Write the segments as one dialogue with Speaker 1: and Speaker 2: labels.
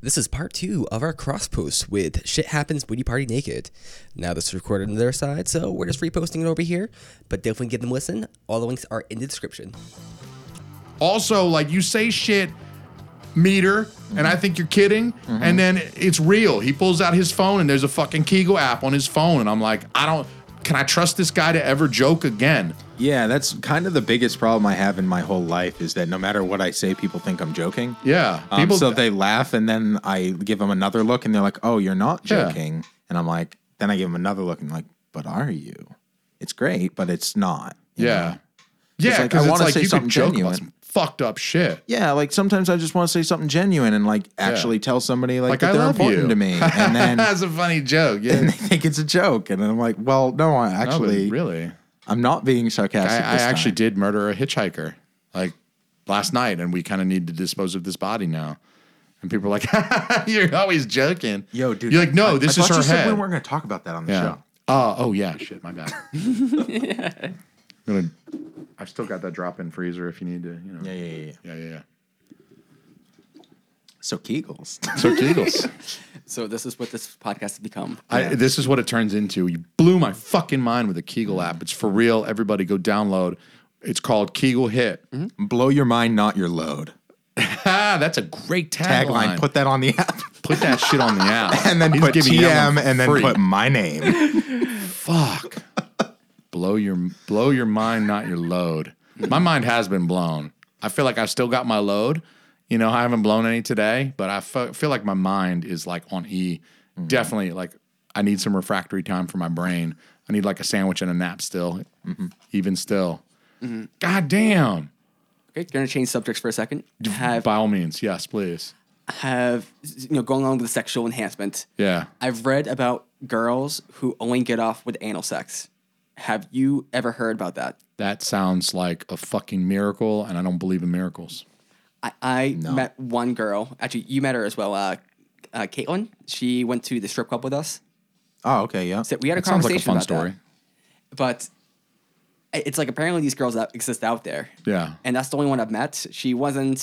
Speaker 1: This is part two of our cross post with Shit Happens When You Party Naked. Now, this is recorded on their side, so we're just reposting it over here, but definitely give them a listen. All the links are in the description.
Speaker 2: Also, like you say shit, meter, and I think you're kidding,
Speaker 3: Mm-hmm.
Speaker 2: and then it's real. He pulls out his phone and there's a fucking Kegel app on his phone, and I'm like, I don't. Can I trust this guy to ever joke again?
Speaker 3: Yeah, that's kind of the biggest problem I have in my whole life is that no matter what I say, people think I'm joking.
Speaker 2: Yeah,
Speaker 3: Um,
Speaker 2: people-
Speaker 3: so they laugh, and then I give them another look, and they're like, "Oh, you're not
Speaker 2: Yeah.
Speaker 3: joking." And I'm like, then I give them another look, and like, "But are you?" It's great, but it's not. you
Speaker 2: Yeah,
Speaker 3: know?
Speaker 2: yeah.
Speaker 3: like, I
Speaker 2: Because it's
Speaker 3: wanna
Speaker 2: like
Speaker 3: say
Speaker 2: you could
Speaker 3: something
Speaker 2: joke
Speaker 3: genuine.
Speaker 2: about some fucked up shit.
Speaker 3: Yeah, like sometimes I just want to say something genuine and like actually tell somebody like,
Speaker 2: Like
Speaker 3: that
Speaker 2: I
Speaker 3: they're
Speaker 2: love
Speaker 3: important
Speaker 2: you
Speaker 3: to me, and then
Speaker 2: That's a funny joke. Yeah,
Speaker 3: and they think it's a joke, and then I'm like, "Well, no, I
Speaker 2: No, but
Speaker 3: actually,
Speaker 2: really.
Speaker 3: I'm not being sarcastic."
Speaker 2: I, I
Speaker 3: this time.
Speaker 2: actually did murder a hitchhiker like last night, and we kind of need to dispose of this body now. And people are like, "You're always joking."
Speaker 3: Yo, dude.
Speaker 2: You're like, "No,
Speaker 3: I-
Speaker 2: this
Speaker 3: I
Speaker 2: is
Speaker 3: thought
Speaker 2: her
Speaker 3: you
Speaker 2: head."
Speaker 3: Said we weren't going to talk about that on the
Speaker 2: yeah.
Speaker 3: show.
Speaker 2: Oh, oh yeah. Shit, my bad. Gonna- I've still got that drop-in freezer if you need to. You know.
Speaker 3: Yeah, yeah, yeah. yeah.
Speaker 2: yeah, yeah. yeah.
Speaker 3: So Kegels.
Speaker 2: So Kegels.
Speaker 4: So this is what this podcast has become.
Speaker 2: I, this is what it turns into. You blew my fucking mind with the Kegel app. It's for real. Everybody go download. It's called Kegel Hit.
Speaker 3: Blow your mind, not your load.
Speaker 2: Ah, that's a great tagline.
Speaker 3: Tagline. Put that on the app,
Speaker 2: Put that shit on the app.
Speaker 3: and then
Speaker 2: He's
Speaker 3: put
Speaker 2: giving
Speaker 3: TM,
Speaker 2: Yellen for
Speaker 3: and then
Speaker 2: free.
Speaker 3: put my name.
Speaker 2: fuck. blow your blow your mind, not your load. My mind has been blown. I feel like I've still got my load. You know, I haven't blown any today, but I fe- feel like my mind is like on E.
Speaker 3: Mm-hmm.
Speaker 2: Definitely, like I need some refractory time for my brain. I need like a sandwich and a nap still,
Speaker 3: Mm-hmm.
Speaker 2: even still. God damn.
Speaker 4: Okay, gonna change subjects for a second. Have
Speaker 2: By all means, yes, please.
Speaker 4: have you know going along with the sexual enhancement?
Speaker 2: Yeah.
Speaker 4: I've read about girls who only get off with anal sex. Have you ever heard about that?
Speaker 2: That sounds like a fucking miracle, and I don't believe in miracles.
Speaker 4: I, I met one girl. Actually, you met her as well. Uh, uh, Caitlin. She went to the strip club with us.
Speaker 3: Oh, okay, yeah.
Speaker 4: So we had a
Speaker 2: That sounds like a
Speaker 4: conversation
Speaker 2: fun
Speaker 4: about
Speaker 2: story.
Speaker 4: that. But i- it's like apparently these girls that exist out there.
Speaker 2: Yeah.
Speaker 4: And that's the only one I've met. She wasn't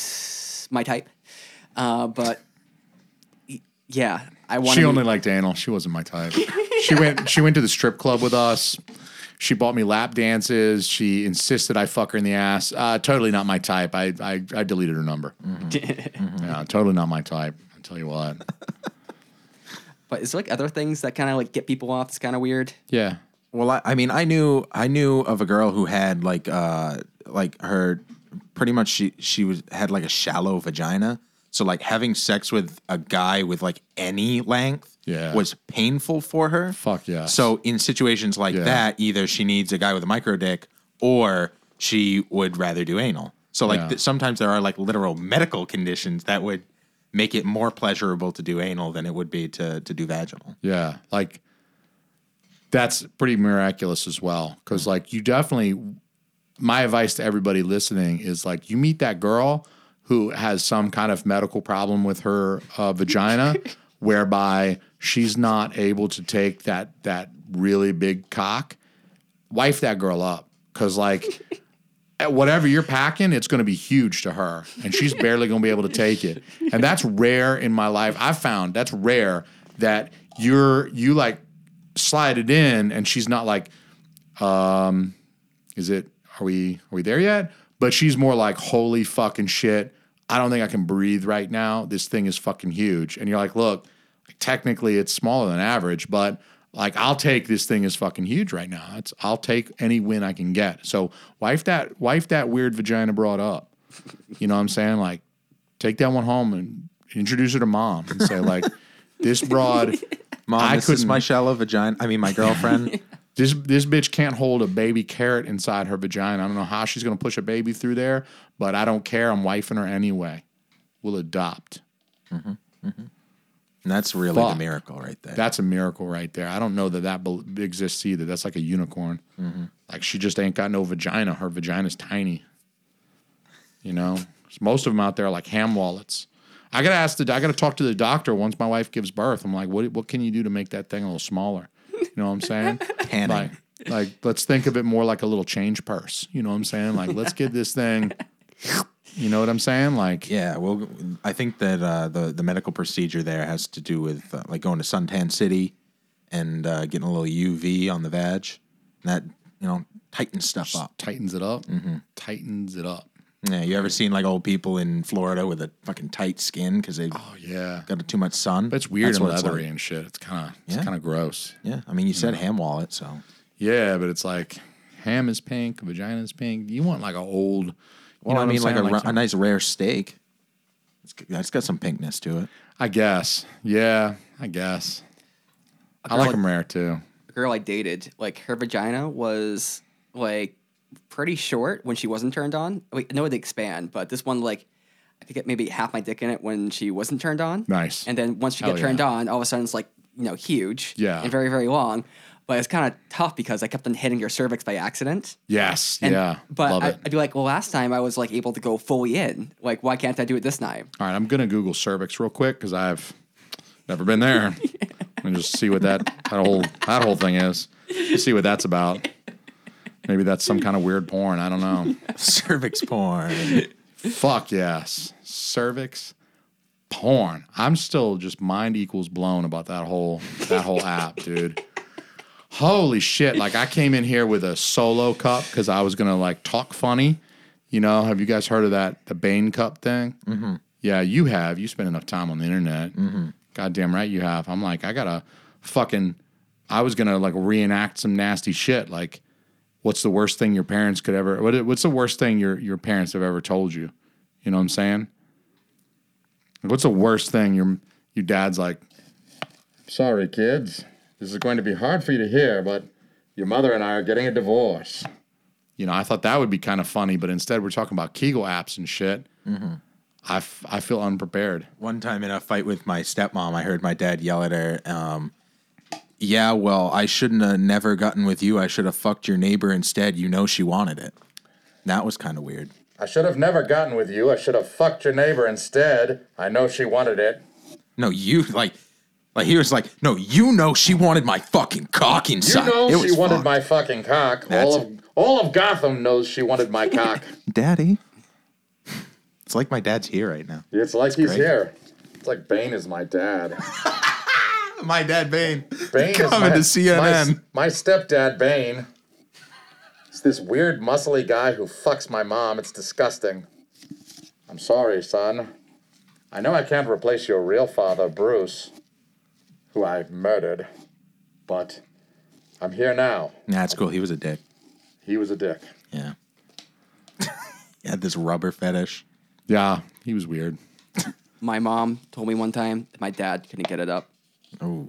Speaker 4: my type, uh, but y- yeah, I want.
Speaker 2: She only liked anal. She wasn't my type. She went. She went to the strip club with us. She bought me lap dances. She insisted I fuck her in the ass. Uh, totally not my type. I I, I deleted her number. Yeah, totally not my type. I tell you what.
Speaker 4: But is there like other things that kind of like get people off? It's kind of weird.
Speaker 2: Yeah.
Speaker 3: Well, I, I mean, I knew I knew of a girl who had like uh like her pretty much she she was had like a shallow vagina. So like having sex with a guy with like any length
Speaker 2: Yeah.
Speaker 3: was painful for her.
Speaker 2: Fuck yes.
Speaker 3: So in situations like
Speaker 2: Yeah.
Speaker 3: that, either she needs a guy with a micro dick or she would rather do anal. So like
Speaker 2: Yeah.
Speaker 3: th- sometimes there are like literal medical conditions that would make it more pleasurable to do anal than it would be to to do vaginal.
Speaker 2: Yeah, like that's pretty miraculous as well. Because like you definitely, my advice to everybody listening is like you meet that girl who has some kind of medical problem with her uh, vagina, whereby she's not able to take that that really big cock. Wife that girl up, because like. at whatever you're packing, it's going to be huge to her, and she's barely going to be able to take it. And that's rare in my life. I found that's rare that you're you like slide it in, and she's not like, um, is it? Are we are we there yet? But she's more like, holy fucking shit! I don't think I can breathe right now. This thing is fucking huge, and you're like, look, technically it's smaller than average, but like I'll take this thing is fucking huge right now. It's I'll take any win I can get. So wife that wife that weird vagina brought up. You know what I'm saying? Like take that one home and introduce her to mom and say like this broad
Speaker 3: Mom,
Speaker 2: I
Speaker 3: this is
Speaker 2: couldn't-
Speaker 3: my shallow vagina. I mean, my girlfriend.
Speaker 2: this this bitch can't hold a baby carrot inside her vagina. I don't know how she's gonna push a baby through there, but I don't care. I'm wifing her anyway. We'll adopt.
Speaker 3: And that's really
Speaker 2: Fuck.
Speaker 3: the miracle right there.
Speaker 2: That's a miracle right there. I don't know that that bel exists either. That's like a unicorn. Like she just ain't got no vagina. Her vagina's tiny. You know, most of them out there are like ham wallets. I gotta ask the. I gotta talk to the doctor once my wife gives birth. I'm like, what what can you do to make that thing a little smaller? You know what I'm saying?
Speaker 3: Tanning.
Speaker 2: Like, like let's think of it more like a little change purse. You know what I'm saying? Like let's give this thing You know what I'm saying? Like,
Speaker 3: Yeah, well, I think that uh, the the medical procedure there has to do with uh, like going to Suntan City and uh, getting a little UV on the vag, and that you know tightens stuff up.
Speaker 2: tightens it up,
Speaker 3: Mm-hmm.
Speaker 2: tightens it up.
Speaker 3: Yeah, you ever seen like old people in Florida with a fucking tight skin because they
Speaker 2: Oh yeah,
Speaker 3: got too much sun?
Speaker 2: but it's weird
Speaker 3: That's
Speaker 2: and
Speaker 3: what it's
Speaker 2: leathery
Speaker 3: like.
Speaker 2: and shit. It's kind of it's
Speaker 3: Yeah.
Speaker 2: kind of gross.
Speaker 3: Yeah, I mean, you said ham wallet, so
Speaker 2: Yeah, but it's like ham is pink, vagina is pink. You want like an old. You
Speaker 3: well,
Speaker 2: know
Speaker 3: I
Speaker 2: what
Speaker 3: mean,
Speaker 2: I'm
Speaker 3: like, a,
Speaker 2: saying?
Speaker 3: ru- a nice rare steak. It's, g- that's got some pinkness to it.
Speaker 2: I guess. Yeah, I guess. I
Speaker 4: girl
Speaker 2: like
Speaker 4: like-
Speaker 2: them rare too.
Speaker 4: The girl I dated, like her vagina was like pretty short when she wasn't turned on. Wait, no, it'd expand, but this one like I could get maybe half my dick in it when she wasn't turned on.
Speaker 2: Nice.
Speaker 4: And then once she
Speaker 2: Hell
Speaker 4: got
Speaker 2: yeah.
Speaker 4: turned on, all of a sudden it's like you know huge.
Speaker 2: Yeah.
Speaker 4: And very very long. But it's kind of tough because I kept on hitting her cervix by accident.
Speaker 2: Yes.
Speaker 4: And-
Speaker 2: yeah.
Speaker 4: But
Speaker 2: love
Speaker 4: I,
Speaker 2: it.
Speaker 4: I'd be like, well, last time I was like able to go fully in. Like, why can't I do it this time?
Speaker 2: All right, I'm gonna Google cervix real quick because I've never been there, and just see what that that whole that whole thing is. See what that's about. Maybe that's some kind of weird porn. I don't know.
Speaker 3: Cervix porn.
Speaker 2: Fuck yes, cervix porn. I'm still just mind equals blown about that whole that whole app, dude. Holy shit! Like I came in here with a solo cup because I was gonna like talk funny. You know, have you guys heard of that the Bane cup thing? Mm-hmm. Yeah, you have. You spend enough time on the internet. Mm-hmm. Goddamn right you have. I'm like, I gotta fucking. I was gonna like reenact some nasty shit. Like, what's the worst thing your parents could ever? What, what's the worst thing your your parents have ever told you? You know what I'm saying? Like, what's the worst thing your your dad's like? Sorry, kids. This is going to be hard for you to hear, but your mother and I are getting a divorce. You know, I thought that would be kind of funny, but instead we're talking about Kegel apps and shit. I, f- I feel unprepared.
Speaker 3: One time in a fight with my stepmom, I heard my dad yell at her, um, Yeah, well, I shouldn't have never gotten with you. I should have fucked your neighbor instead. You know she wanted it. That was kind of weird.
Speaker 2: I should have never gotten with you. I should have fucked your neighbor instead. I know she wanted it.
Speaker 3: No, you like, like he was like, No, you know she wanted my fucking cock inside. It was fucked.
Speaker 2: fucking cock.
Speaker 3: That's-
Speaker 2: all of Gotham knows she wanted my cock.
Speaker 3: daddy. It's like my dad's here right now.
Speaker 2: It's like he's
Speaker 3: great.
Speaker 2: here. It's like Bane is my dad.
Speaker 3: My dad, Bane.
Speaker 2: Bane is
Speaker 3: Coming to CNN.
Speaker 2: My, my stepdad, Bane. It's this weird, muscly guy who fucks my mom. It's disgusting. I'm sorry, son. I know I can't replace your real father, Bruce, who I murdered, but I'm here now.
Speaker 3: Nah, it's cool. He was a dick.
Speaker 2: He was a dick.
Speaker 3: Yeah. he had this rubber fetish.
Speaker 2: Yeah, he was weird.
Speaker 4: My mom told me one time that my dad couldn't get it up.
Speaker 3: Oh.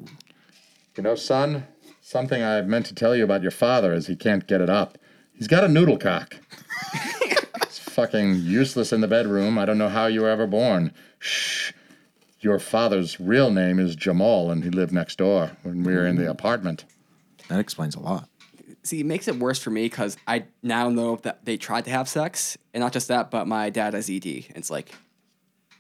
Speaker 2: You know, son, something I meant to tell you about your father is he can't get it up. He's got a noodle cock. It's fucking useless in the bedroom. I don't know how you were ever born. Shh. Your father's real name is Jamal, and he lived next door when we were in the apartment.
Speaker 3: That explains a lot.
Speaker 4: See, it makes it worse for me because I now know that they tried to have sex, and not just that, but my dad has ED. And it's like,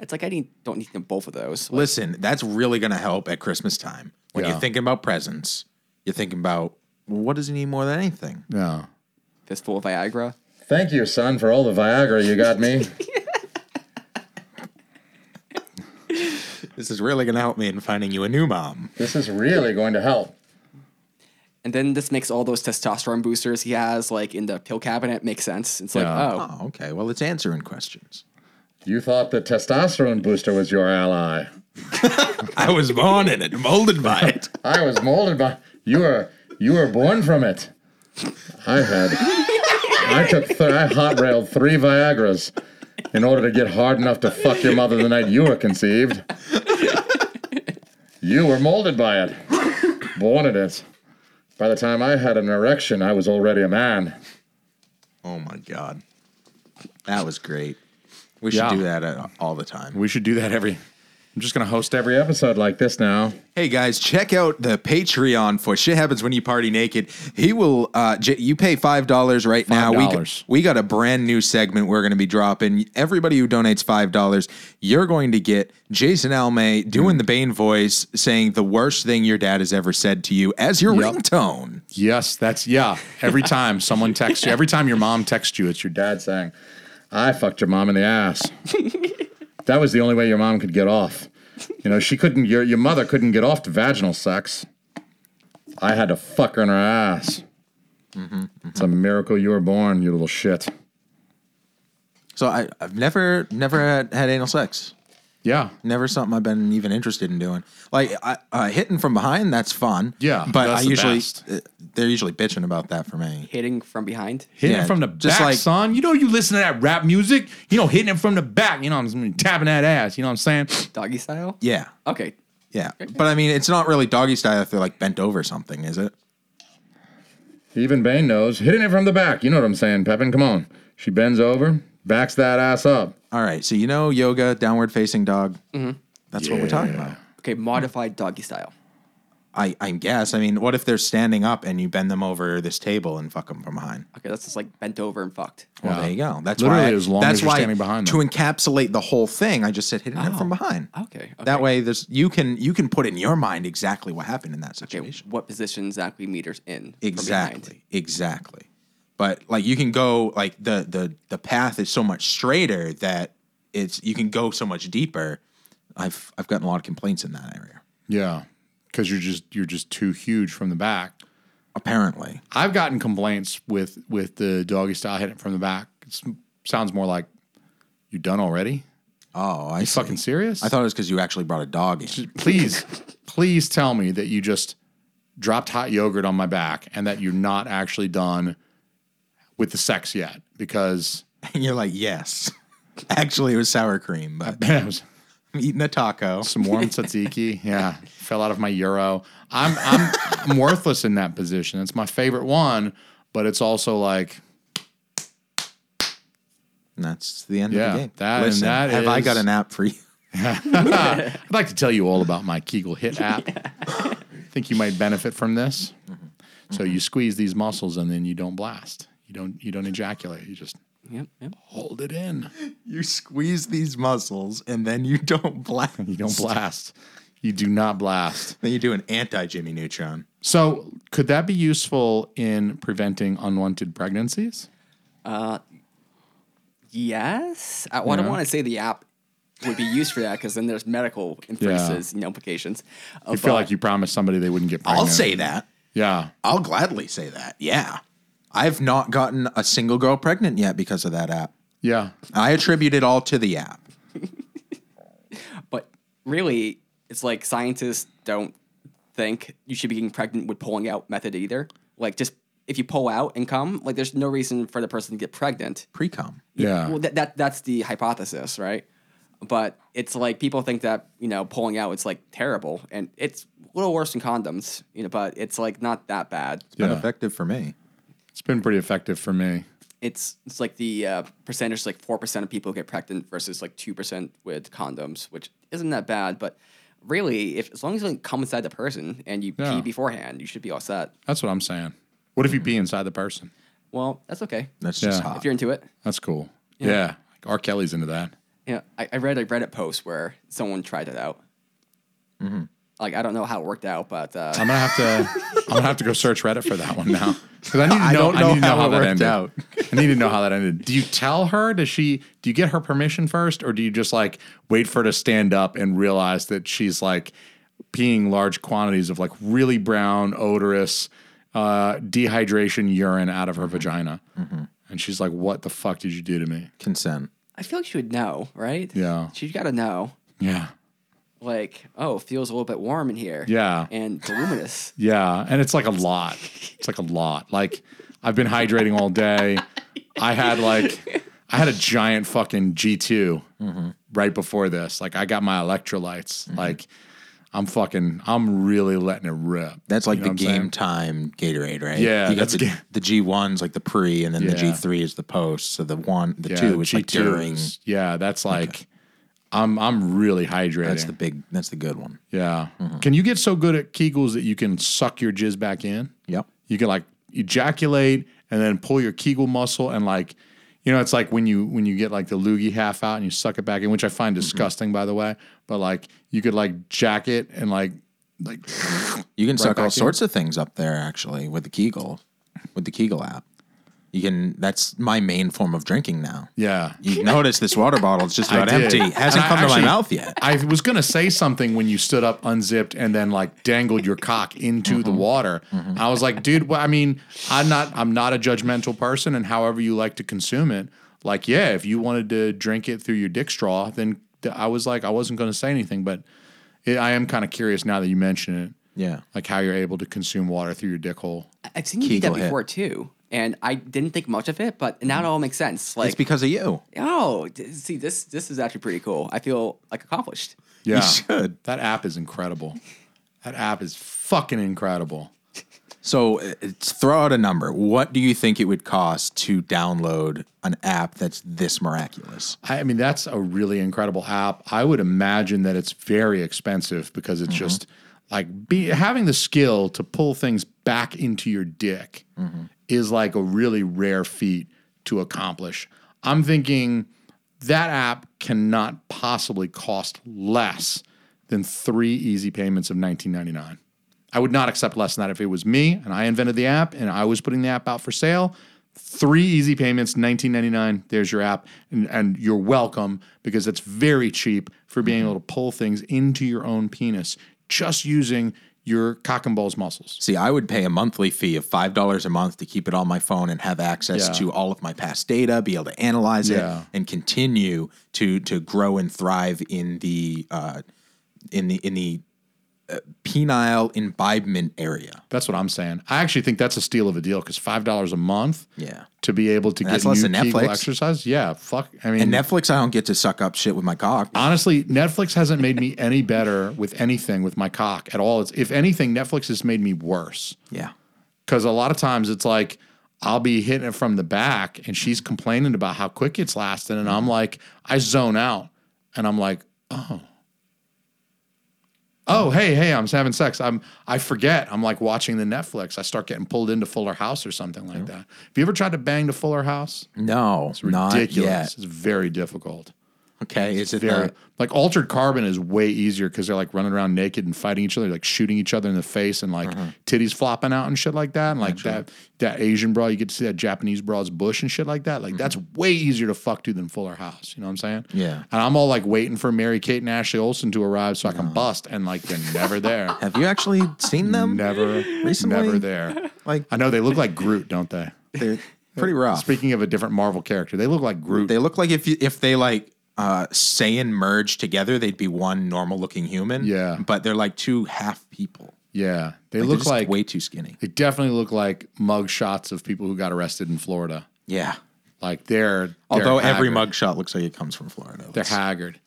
Speaker 4: it's like I need, don't need them both of those. Like,
Speaker 3: Listen, that's really going to help at Christmas time. When
Speaker 2: Yeah.
Speaker 3: you're thinking about presents, you're thinking about well, what does he need more than anything?
Speaker 2: No.
Speaker 4: fistful of Viagra.
Speaker 2: Thank you, son, for all the Viagra you got me.
Speaker 3: This is really going to help me in finding you a new mom.
Speaker 2: this is really going to help.
Speaker 4: And then this makes all those testosterone boosters he has, like in the pill cabinet, make sense. It's
Speaker 2: Yeah.
Speaker 4: like, oh,
Speaker 3: Oh, okay. Well, it's answering questions.
Speaker 2: You thought the testosterone booster was your ally.
Speaker 3: I was born in it, molded by it.
Speaker 2: I was molded by you were you were born from it. I had I took th- I hot railed three Viagra's in order to get hard enough to fuck your mother the night you were conceived. You were molded by it, born in it. By the time I had an erection, I was already a man.
Speaker 3: Oh my god, that was great. We should
Speaker 2: Yeah.
Speaker 3: do that uh, all the time.
Speaker 2: We should do that every. I'm just gonna host every episode like this now.
Speaker 3: Hey guys, check out the Patreon for shit happens when you party naked. He will. Uh, J- you pay five dollars right now. We
Speaker 2: $5.
Speaker 3: got, we got a brand new segment we're going to be dropping. Everybody who donates five dollars, you're going to get Jason Almay doing the Bane voice, saying the worst thing your dad has ever said to you as your
Speaker 2: Yep.
Speaker 3: ringtone.
Speaker 2: Yes, that's yeah. Every time someone texts you, every time your mom texts you, it's your dad saying, I fucked your mom in the ass. that was the only way your mom could get off. You know, she couldn't, your, your mother couldn't get off to vaginal sex. I had to fuck her in her ass.
Speaker 3: Mm-hmm,
Speaker 2: It's a miracle you were born, you little shit.
Speaker 3: So I, I've never, never had, had anal sex.
Speaker 2: Yeah.
Speaker 3: Never something I've been even interested in doing. Like I, uh, hitting from behind, that's fun.
Speaker 2: Yeah,
Speaker 3: but
Speaker 2: that's
Speaker 3: I
Speaker 2: the
Speaker 3: usually
Speaker 2: best.
Speaker 3: uh, they're usually bitching about that for me.
Speaker 4: hitting from behind.
Speaker 2: Hitting
Speaker 3: Yeah,
Speaker 2: it from the
Speaker 3: just
Speaker 2: back,
Speaker 3: like-
Speaker 2: son. You know you listen to that rap music. You know hitting it from the back. You know I'm just tapping that ass. You know what I'm saying?
Speaker 4: Doggy style?
Speaker 3: Yeah,
Speaker 4: Okay.
Speaker 3: yeah. But I mean, it's not really doggy style if they're like bent over something, is it?
Speaker 2: Even Bane knows hitting it from the back. You know what I'm saying, Peppin? Come on. She bends over, backs that ass up.
Speaker 3: All right, so you know yoga, downward facing dog.
Speaker 4: Mm-hmm.
Speaker 3: That's what we're talking
Speaker 2: Yeah.
Speaker 3: about.
Speaker 4: Okay, modified doggy style.
Speaker 3: I, I guess. I mean, what if they're standing up and you bend them over this table and fuck them from behind?
Speaker 4: Okay, that's just like bent over and fucked.
Speaker 3: Well,
Speaker 2: Yeah.
Speaker 3: there you go. That's
Speaker 2: Literally
Speaker 3: why.
Speaker 2: as long
Speaker 3: that's
Speaker 2: as you're
Speaker 3: why
Speaker 2: standing behind
Speaker 3: to
Speaker 2: them.
Speaker 3: encapsulate the whole thing. I just said hitting it
Speaker 4: Oh.
Speaker 3: from behind.
Speaker 4: Okay,
Speaker 3: That
Speaker 4: okay.
Speaker 3: way, there's you can you can put in your mind exactly what happened in that
Speaker 4: Okay,
Speaker 3: situation.
Speaker 4: what position exactly meters in? from behind?
Speaker 3: exactly, exactly. But like you can go like the the the path is so much straighter that it's you can go so much deeper. I've I've gotten a lot of complaints in that area.
Speaker 2: Yeah, because you're just you're just too huge from the back.
Speaker 3: Apparently,
Speaker 2: I've gotten complaints with with the doggy style hitting it from the back. It sounds more like you done already.
Speaker 3: oh, I
Speaker 2: You fucking serious?
Speaker 3: I thought it was because you actually brought a dog in.
Speaker 2: please, please tell me that you just dropped hot yogurt on my back and that you're not actually done with the sex yet because
Speaker 3: And you're like, yes. Actually, it was sour cream, but I'm eating a taco.
Speaker 2: some warm tzatziki. Yeah, fell out of my euro. I'm I'm I'm worthless in that position. It's my favorite one, but it's also like
Speaker 3: And that's the end
Speaker 2: Yeah,
Speaker 3: of the game.
Speaker 2: that- and
Speaker 3: Listen,
Speaker 2: that
Speaker 3: have I
Speaker 2: is-
Speaker 3: got an app for you?
Speaker 2: I'd like to tell you all about my Kegel Hit app. Think you might benefit from this. So you squeeze these muscles and then you don't blast. You don't you don't ejaculate. You just
Speaker 4: Yep, yep.
Speaker 2: hold it in.
Speaker 3: You squeeze these muscles and then you don't black.
Speaker 2: You don't blast. You do not blast.
Speaker 3: Then you do an anti Jimmy Neutron.
Speaker 2: So could that be useful in preventing unwanted pregnancies?
Speaker 4: Yes. I, well, I don't want to say the app would be used for that because then there's medical inferences, you know, implications. Uh,
Speaker 2: You feel like you promised somebody they wouldn't get
Speaker 3: I'll
Speaker 2: pregnant.
Speaker 3: say that.
Speaker 2: Yeah.
Speaker 3: I'll gladly say that. Yeah. I've not gotten a single girl pregnant yet because of that app.
Speaker 2: Yeah.
Speaker 3: I attribute it all to the app.
Speaker 4: but really, it's like scientists don't think you should be getting pregnant with pulling out method either. Like, just if you pull out and come, like, there's no reason for the person to get pregnant.
Speaker 3: Pre cum.
Speaker 2: Yeah.
Speaker 4: Well, that, that that's the hypothesis, right? But it's like people think that you know pulling out it's like terrible, and it's a little worse than condoms, you know. But it's like not that bad.
Speaker 2: Yeah.
Speaker 3: Effective for me.
Speaker 2: It's been pretty effective for me.
Speaker 4: It's it's like the uh, percentage, like four percent of people get pregnant versus like two percent with condoms, which isn't that bad. But really, if as long as you come inside the person and you
Speaker 2: Yeah.
Speaker 4: pee beforehand, you should be all set.
Speaker 2: That's what I'm saying. What if you pee inside the person?
Speaker 4: Well, that's okay
Speaker 3: That's just
Speaker 2: Yeah.
Speaker 3: hot.
Speaker 4: if you're into it.
Speaker 2: That's cool. Yeah. R. Kelly's into that.
Speaker 4: Yeah, I, I read a Reddit post where someone tried it out. Like I don't know how it worked out, but uh,
Speaker 2: I'm gonna have to. I'm gonna have to go search Reddit for that one now because I need to know.
Speaker 3: I don't know
Speaker 2: need to
Speaker 3: how
Speaker 2: that
Speaker 3: it worked
Speaker 2: ended.
Speaker 3: out.
Speaker 2: I need to know how that ended. Do you tell her? Does she? Do you get her permission first, or do you just like wait for her to stand up and realize that she's like peeing large quantities of like really brown, odorous, uh, dehydration urine out of her vagina, and she's like, "What the fuck did you do to me?"
Speaker 3: Consent.
Speaker 4: I feel like she would know, right?
Speaker 2: Yeah.
Speaker 4: she's got to know.
Speaker 2: Yeah,
Speaker 4: Like, oh, feels a little bit warm in here.
Speaker 2: Yeah.
Speaker 4: and voluminous.
Speaker 2: yeah, and it's like a lot. It's like a lot. Like I've been hydrating all day. I had like I had a giant fucking G 2 right before this. Like I got my electrolytes.
Speaker 3: Mm-hmm.
Speaker 2: Like I'm fucking. I'm really letting it rip.
Speaker 3: That's like
Speaker 2: You know
Speaker 3: the
Speaker 2: what I'm
Speaker 3: game
Speaker 2: saying?
Speaker 3: time Gatorade, right?
Speaker 2: Yeah,
Speaker 3: you got
Speaker 2: that's
Speaker 3: the,
Speaker 2: ga-
Speaker 3: the G one's like the pre, and then the
Speaker 2: Yeah.
Speaker 3: G three is the post. So the one, the
Speaker 2: Yeah,
Speaker 3: two is like
Speaker 2: G2
Speaker 3: during.
Speaker 2: is- Yeah, that's like. I'm I'm really hydrating.
Speaker 3: That's the Mm-hmm. big. That's the good one.
Speaker 2: yeah. Can you get so good at Kegels that you can suck your jizz back in?
Speaker 3: Yep.
Speaker 2: you can like ejaculate and then pull your Kegel muscle and like you know it's like when you when you get like the loogie half out and you suck it back in, which I find disgusting by the way. But like you could like jack it and like like
Speaker 3: You can suck
Speaker 2: back
Speaker 3: all
Speaker 2: in.
Speaker 3: sorts of things up there actually with the Kegel, with the Kegel app. You can. That's my main form of drinking now.
Speaker 2: Yeah.
Speaker 3: You notice this water bottle is just
Speaker 2: I
Speaker 3: about
Speaker 2: did.
Speaker 3: empty.
Speaker 2: And
Speaker 3: Hasn't
Speaker 2: I
Speaker 3: come to
Speaker 2: actually-
Speaker 3: my mouth yet.
Speaker 2: I was gonna say something when you stood up, unzipped, and then like dangled your cock into the water. I was like, dude, well, I mean, I'm not, I'm not a judgmental person, and however you like to consume it, like, yeah, if you wanted to drink it through your dick straw, then th- I was like, I wasn't gonna say anything, but it, I am kind of curious now that you mention it,
Speaker 3: Yeah.
Speaker 2: like how you're able to consume water through your dick hole.
Speaker 4: I- I've seen you do that
Speaker 3: Kegel hit.
Speaker 4: before too, and I didn't think much of it, but now it all makes sense. Like,
Speaker 3: it's because of you.
Speaker 4: oh, d- see, this this is actually pretty cool. I feel like accomplished.
Speaker 2: Yeah,
Speaker 3: should.
Speaker 2: That app is incredible. That app is fucking incredible.
Speaker 3: So uh, it's, throw out a number. What do you think it would cost to download an app that's this miraculous?
Speaker 2: I I mean, that's a really incredible app. I would imagine that it's very expensive because it's just like be, having the skill to pull things back into your dick is like a really rare feat to accomplish. I'm thinking that app cannot possibly cost less than three easy payments of 19.99. I would not accept less than that if it was me and I invented the app and I was putting the app out for sale. Three easy payments, nineteen ninety nine. There's your app, and, and you're welcome because that's very cheap for being
Speaker 3: Mm-hmm.
Speaker 2: able to pull things into your own penis just using your cock and balls muscles.
Speaker 3: See, I would pay a monthly fee of five dollars a month to keep it on my phone and have access
Speaker 2: Yeah.
Speaker 3: to all of my past data, be able to analyze
Speaker 2: Yeah.
Speaker 3: it, and continue to to grow and thrive in the uh, in the in the uh, penile imbibement area.
Speaker 2: That's what I'm saying. I actually think that's a steal of a deal because five dollars a month,
Speaker 3: Yeah.
Speaker 2: to be able to
Speaker 3: that's
Speaker 2: get
Speaker 3: less
Speaker 2: new
Speaker 3: than
Speaker 2: Kegel
Speaker 3: Netflix.
Speaker 2: exercise. Yeah, fuck. I mean,
Speaker 3: And Netflix, I don't get to suck up shit with my cock.
Speaker 2: honestly, Netflix hasn't made me any better with anything with my cock at all. It's, if anything, Netflix has made me worse.
Speaker 3: Yeah.
Speaker 2: Because a lot of times it's like I'll be hitting it from the back and she's complaining about how quick it's lasting. And
Speaker 3: Mm-hmm.
Speaker 2: I'm like, I zone out and I'm like, oh. Oh,
Speaker 3: Mm-hmm.
Speaker 2: hey, hey, I'm having sex. I'm I forget. I'm like watching the Netflix. I start getting pulled into Fuller House or something like that. Have you ever tried to bang to Fuller House?
Speaker 3: No, it's
Speaker 2: Ridiculous.
Speaker 3: not yet.
Speaker 2: It's very difficult.
Speaker 3: Okay, is it
Speaker 2: Very
Speaker 3: the-
Speaker 2: like altered carbon is way easier because they're like running around naked and fighting each other, like shooting each other in the face and like
Speaker 3: Mm-hmm.
Speaker 2: titties flopping out and shit like that. And like that that Asian bra, you get to see that Japanese bra's bush and shit like that. Like that's way easier to fuck to than Fuller House. You know what I'm saying?
Speaker 3: Mm-hmm. Yeah.
Speaker 2: And I'm all like waiting for Mary Kate and Ashley Olsen to arrive so I
Speaker 3: Uh-huh.
Speaker 2: can bust, and like they're never there.
Speaker 3: Have you actually seen them?
Speaker 2: never
Speaker 3: Recently?
Speaker 2: never there.
Speaker 3: Like
Speaker 2: I know they look like Groot, don't they?
Speaker 3: they're pretty rough.
Speaker 2: Speaking of a different Marvel character, they look like Groot.
Speaker 3: They look like if you, if they like uh Saiyan merged together, they'd be one normal looking human.
Speaker 2: Yeah.
Speaker 3: But they're like two half people.
Speaker 2: yeah. They
Speaker 3: Like, they're
Speaker 2: look
Speaker 3: just
Speaker 2: like
Speaker 3: way too skinny.
Speaker 2: They definitely look like mug shots of people who got arrested in Florida.
Speaker 3: Yeah.
Speaker 2: Like they're, they're
Speaker 3: Although every
Speaker 2: haggard.
Speaker 3: mugshot looks like it comes from Florida.
Speaker 2: they're haggard.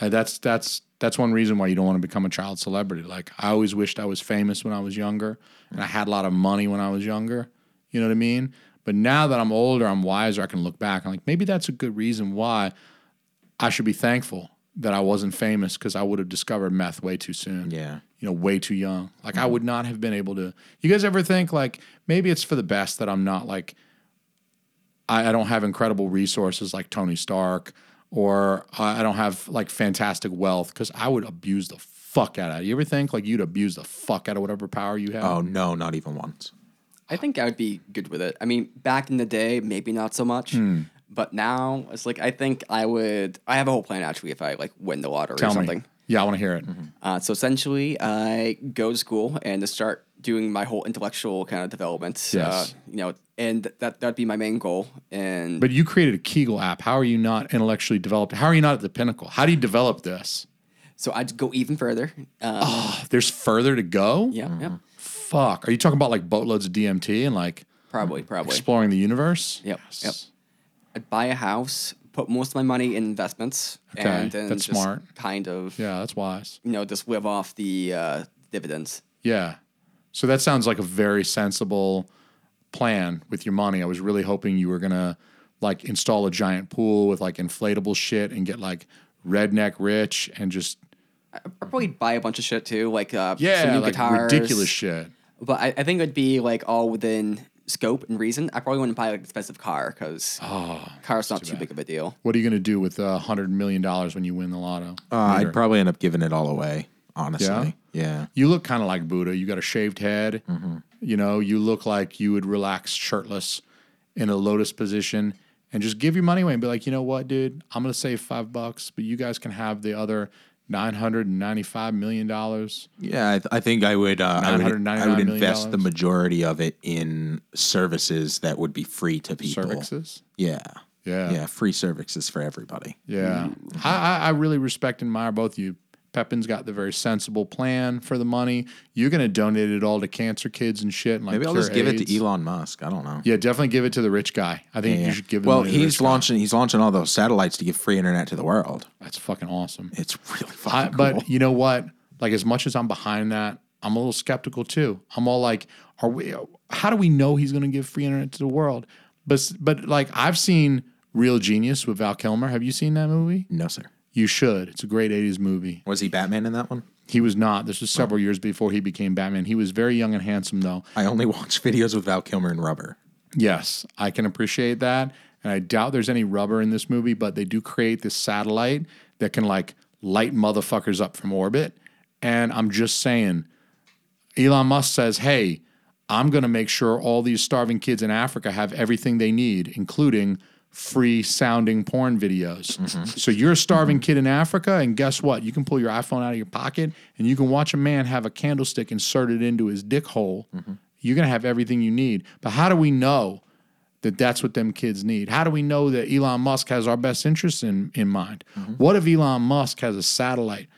Speaker 2: Uh, that's that's that's one reason why you don't want to become a child celebrity. Like I always wished I was famous when I was younger, and I had a lot of money when I was younger. You know what I mean? But now that I'm older, I'm wiser. I can look back. I'm like, maybe that's a good reason why I should be thankful that I wasn't famous because I would have discovered meth way too soon.
Speaker 3: Yeah.
Speaker 2: You know, way too young. Like I would not have been able to. You guys ever think like maybe it's for the best that I'm not like I, I don't have incredible resources like Tony Stark or I, I don't have like fantastic wealth because I would abuse the fuck out of it. You ever think like you'd abuse the fuck out of whatever power you have?
Speaker 3: oh no, not even once.
Speaker 4: I think I would be good with it. I mean, back in the day, maybe not so much.
Speaker 2: Hmm.
Speaker 4: But now it's like I think I would. I have a whole plan actually if I like win the lottery
Speaker 2: Tell
Speaker 4: or
Speaker 2: me.
Speaker 4: something.
Speaker 2: Yeah, I want to hear it.
Speaker 4: Uh, so essentially, I go to school and to start doing my whole intellectual kind of development. Uh,
Speaker 2: Yes.
Speaker 4: you know, and that that'd be my main goal. And
Speaker 2: But you created a Kegel app. How are you not intellectually developed? How are you not at the pinnacle? How do you develop this?
Speaker 4: so I'd go even further. Um,
Speaker 2: There's further to go.
Speaker 4: yeah, yeah,
Speaker 2: Fuck. Are you talking about like boatloads of DMT and like
Speaker 4: probably,
Speaker 2: Mm-hmm.
Speaker 4: probably.
Speaker 2: exploring the universe?
Speaker 4: Yep, yep. I'd buy a house, put most of my money in investments,
Speaker 2: Okay,
Speaker 4: and then
Speaker 2: that's
Speaker 4: just
Speaker 2: smart.
Speaker 4: kind of
Speaker 2: Yeah, that's wise.
Speaker 4: you know just live off the uh, dividends.
Speaker 2: Yeah. So that sounds like a very sensible plan with your money. I was really hoping you were gonna like install a giant pool with like inflatable shit and get like redneck rich and just
Speaker 4: I'd probably buy a bunch of shit too, like uh, some
Speaker 2: yeah,
Speaker 4: new
Speaker 2: like
Speaker 4: guitars,
Speaker 2: ridiculous shit.
Speaker 4: But I, I think it'd be like all within scope and reason. I probably wouldn't buy like an expensive car because
Speaker 2: Ah,
Speaker 4: car's not too, big of a deal.
Speaker 2: What are you gonna do with uh, a hundred million dollars when you win the lotto?
Speaker 3: Uh, I'd probably end up giving it all away, honestly. Yeah.
Speaker 2: you look kind of
Speaker 3: Mm-hmm.
Speaker 2: like Buddha. You got a shaved head. You know, you look like you would relax shirtless in a lotus position and just give your money away and be like, you know what, dude, I'm gonna save five bucks, but you guys can have the other nine hundred and ninety-five million dollars.
Speaker 3: Yeah, I, th- I think I would. Uh, I would. I
Speaker 2: $999
Speaker 3: would
Speaker 2: million
Speaker 3: invest the majority of it in services that would be free to people.
Speaker 2: Cervixes.
Speaker 3: Yeah.
Speaker 2: Yeah.
Speaker 3: Yeah. Free services for everybody.
Speaker 2: Yeah. I, I, I really respect and admire both of you. Pepin's got the very sensible plan for the money. You're going to donate it all to cancer kids and shit. And like
Speaker 3: Maybe I'll
Speaker 2: cure
Speaker 3: just give it
Speaker 2: AIDS.
Speaker 3: to Elon Musk. I don't know.
Speaker 2: Yeah, definitely give it to the rich guy. I think you should give the
Speaker 3: well,
Speaker 2: money to the
Speaker 3: he's
Speaker 2: rich guy.
Speaker 3: launching. He's launching all those satellites to give free internet to the world.
Speaker 2: That's fucking awesome.
Speaker 3: It's really
Speaker 2: I,
Speaker 3: fucking cool.
Speaker 2: But you know what? Like as much as I'm behind that, I'm a little skeptical too. I'm all like, are we? How do we know he's going to give free internet to the world? But s- but like I've seen Real Genius with Val Kilmer. Have you seen that movie?
Speaker 3: no, sir.
Speaker 2: You should. It's a great '80s movie.
Speaker 3: Was he Batman in that one?
Speaker 2: He was not. This was several years before he became Batman. He was very young and handsome, though.
Speaker 3: I only watch videos with Val Kilmer and Rubber.
Speaker 2: Yes, I can appreciate that. And I doubt there's any rubber in this movie, but they do create this satellite that can like light motherfuckers up from orbit. And I'm just saying, Elon Musk says, hey, I'm going to make sure all these starving kids in Africa have everything they need, including free sounding porn videos. So you're a starving kid in Africa, and guess what? You can pull your iPhone out of your pocket and you can watch a man have a candlestick inserted into his dick hole. You're going to have everything you need. But how do we know that that's what them kids need? How do we know that Elon Musk has our best interests in, in mind? What if Elon Musk has a satellite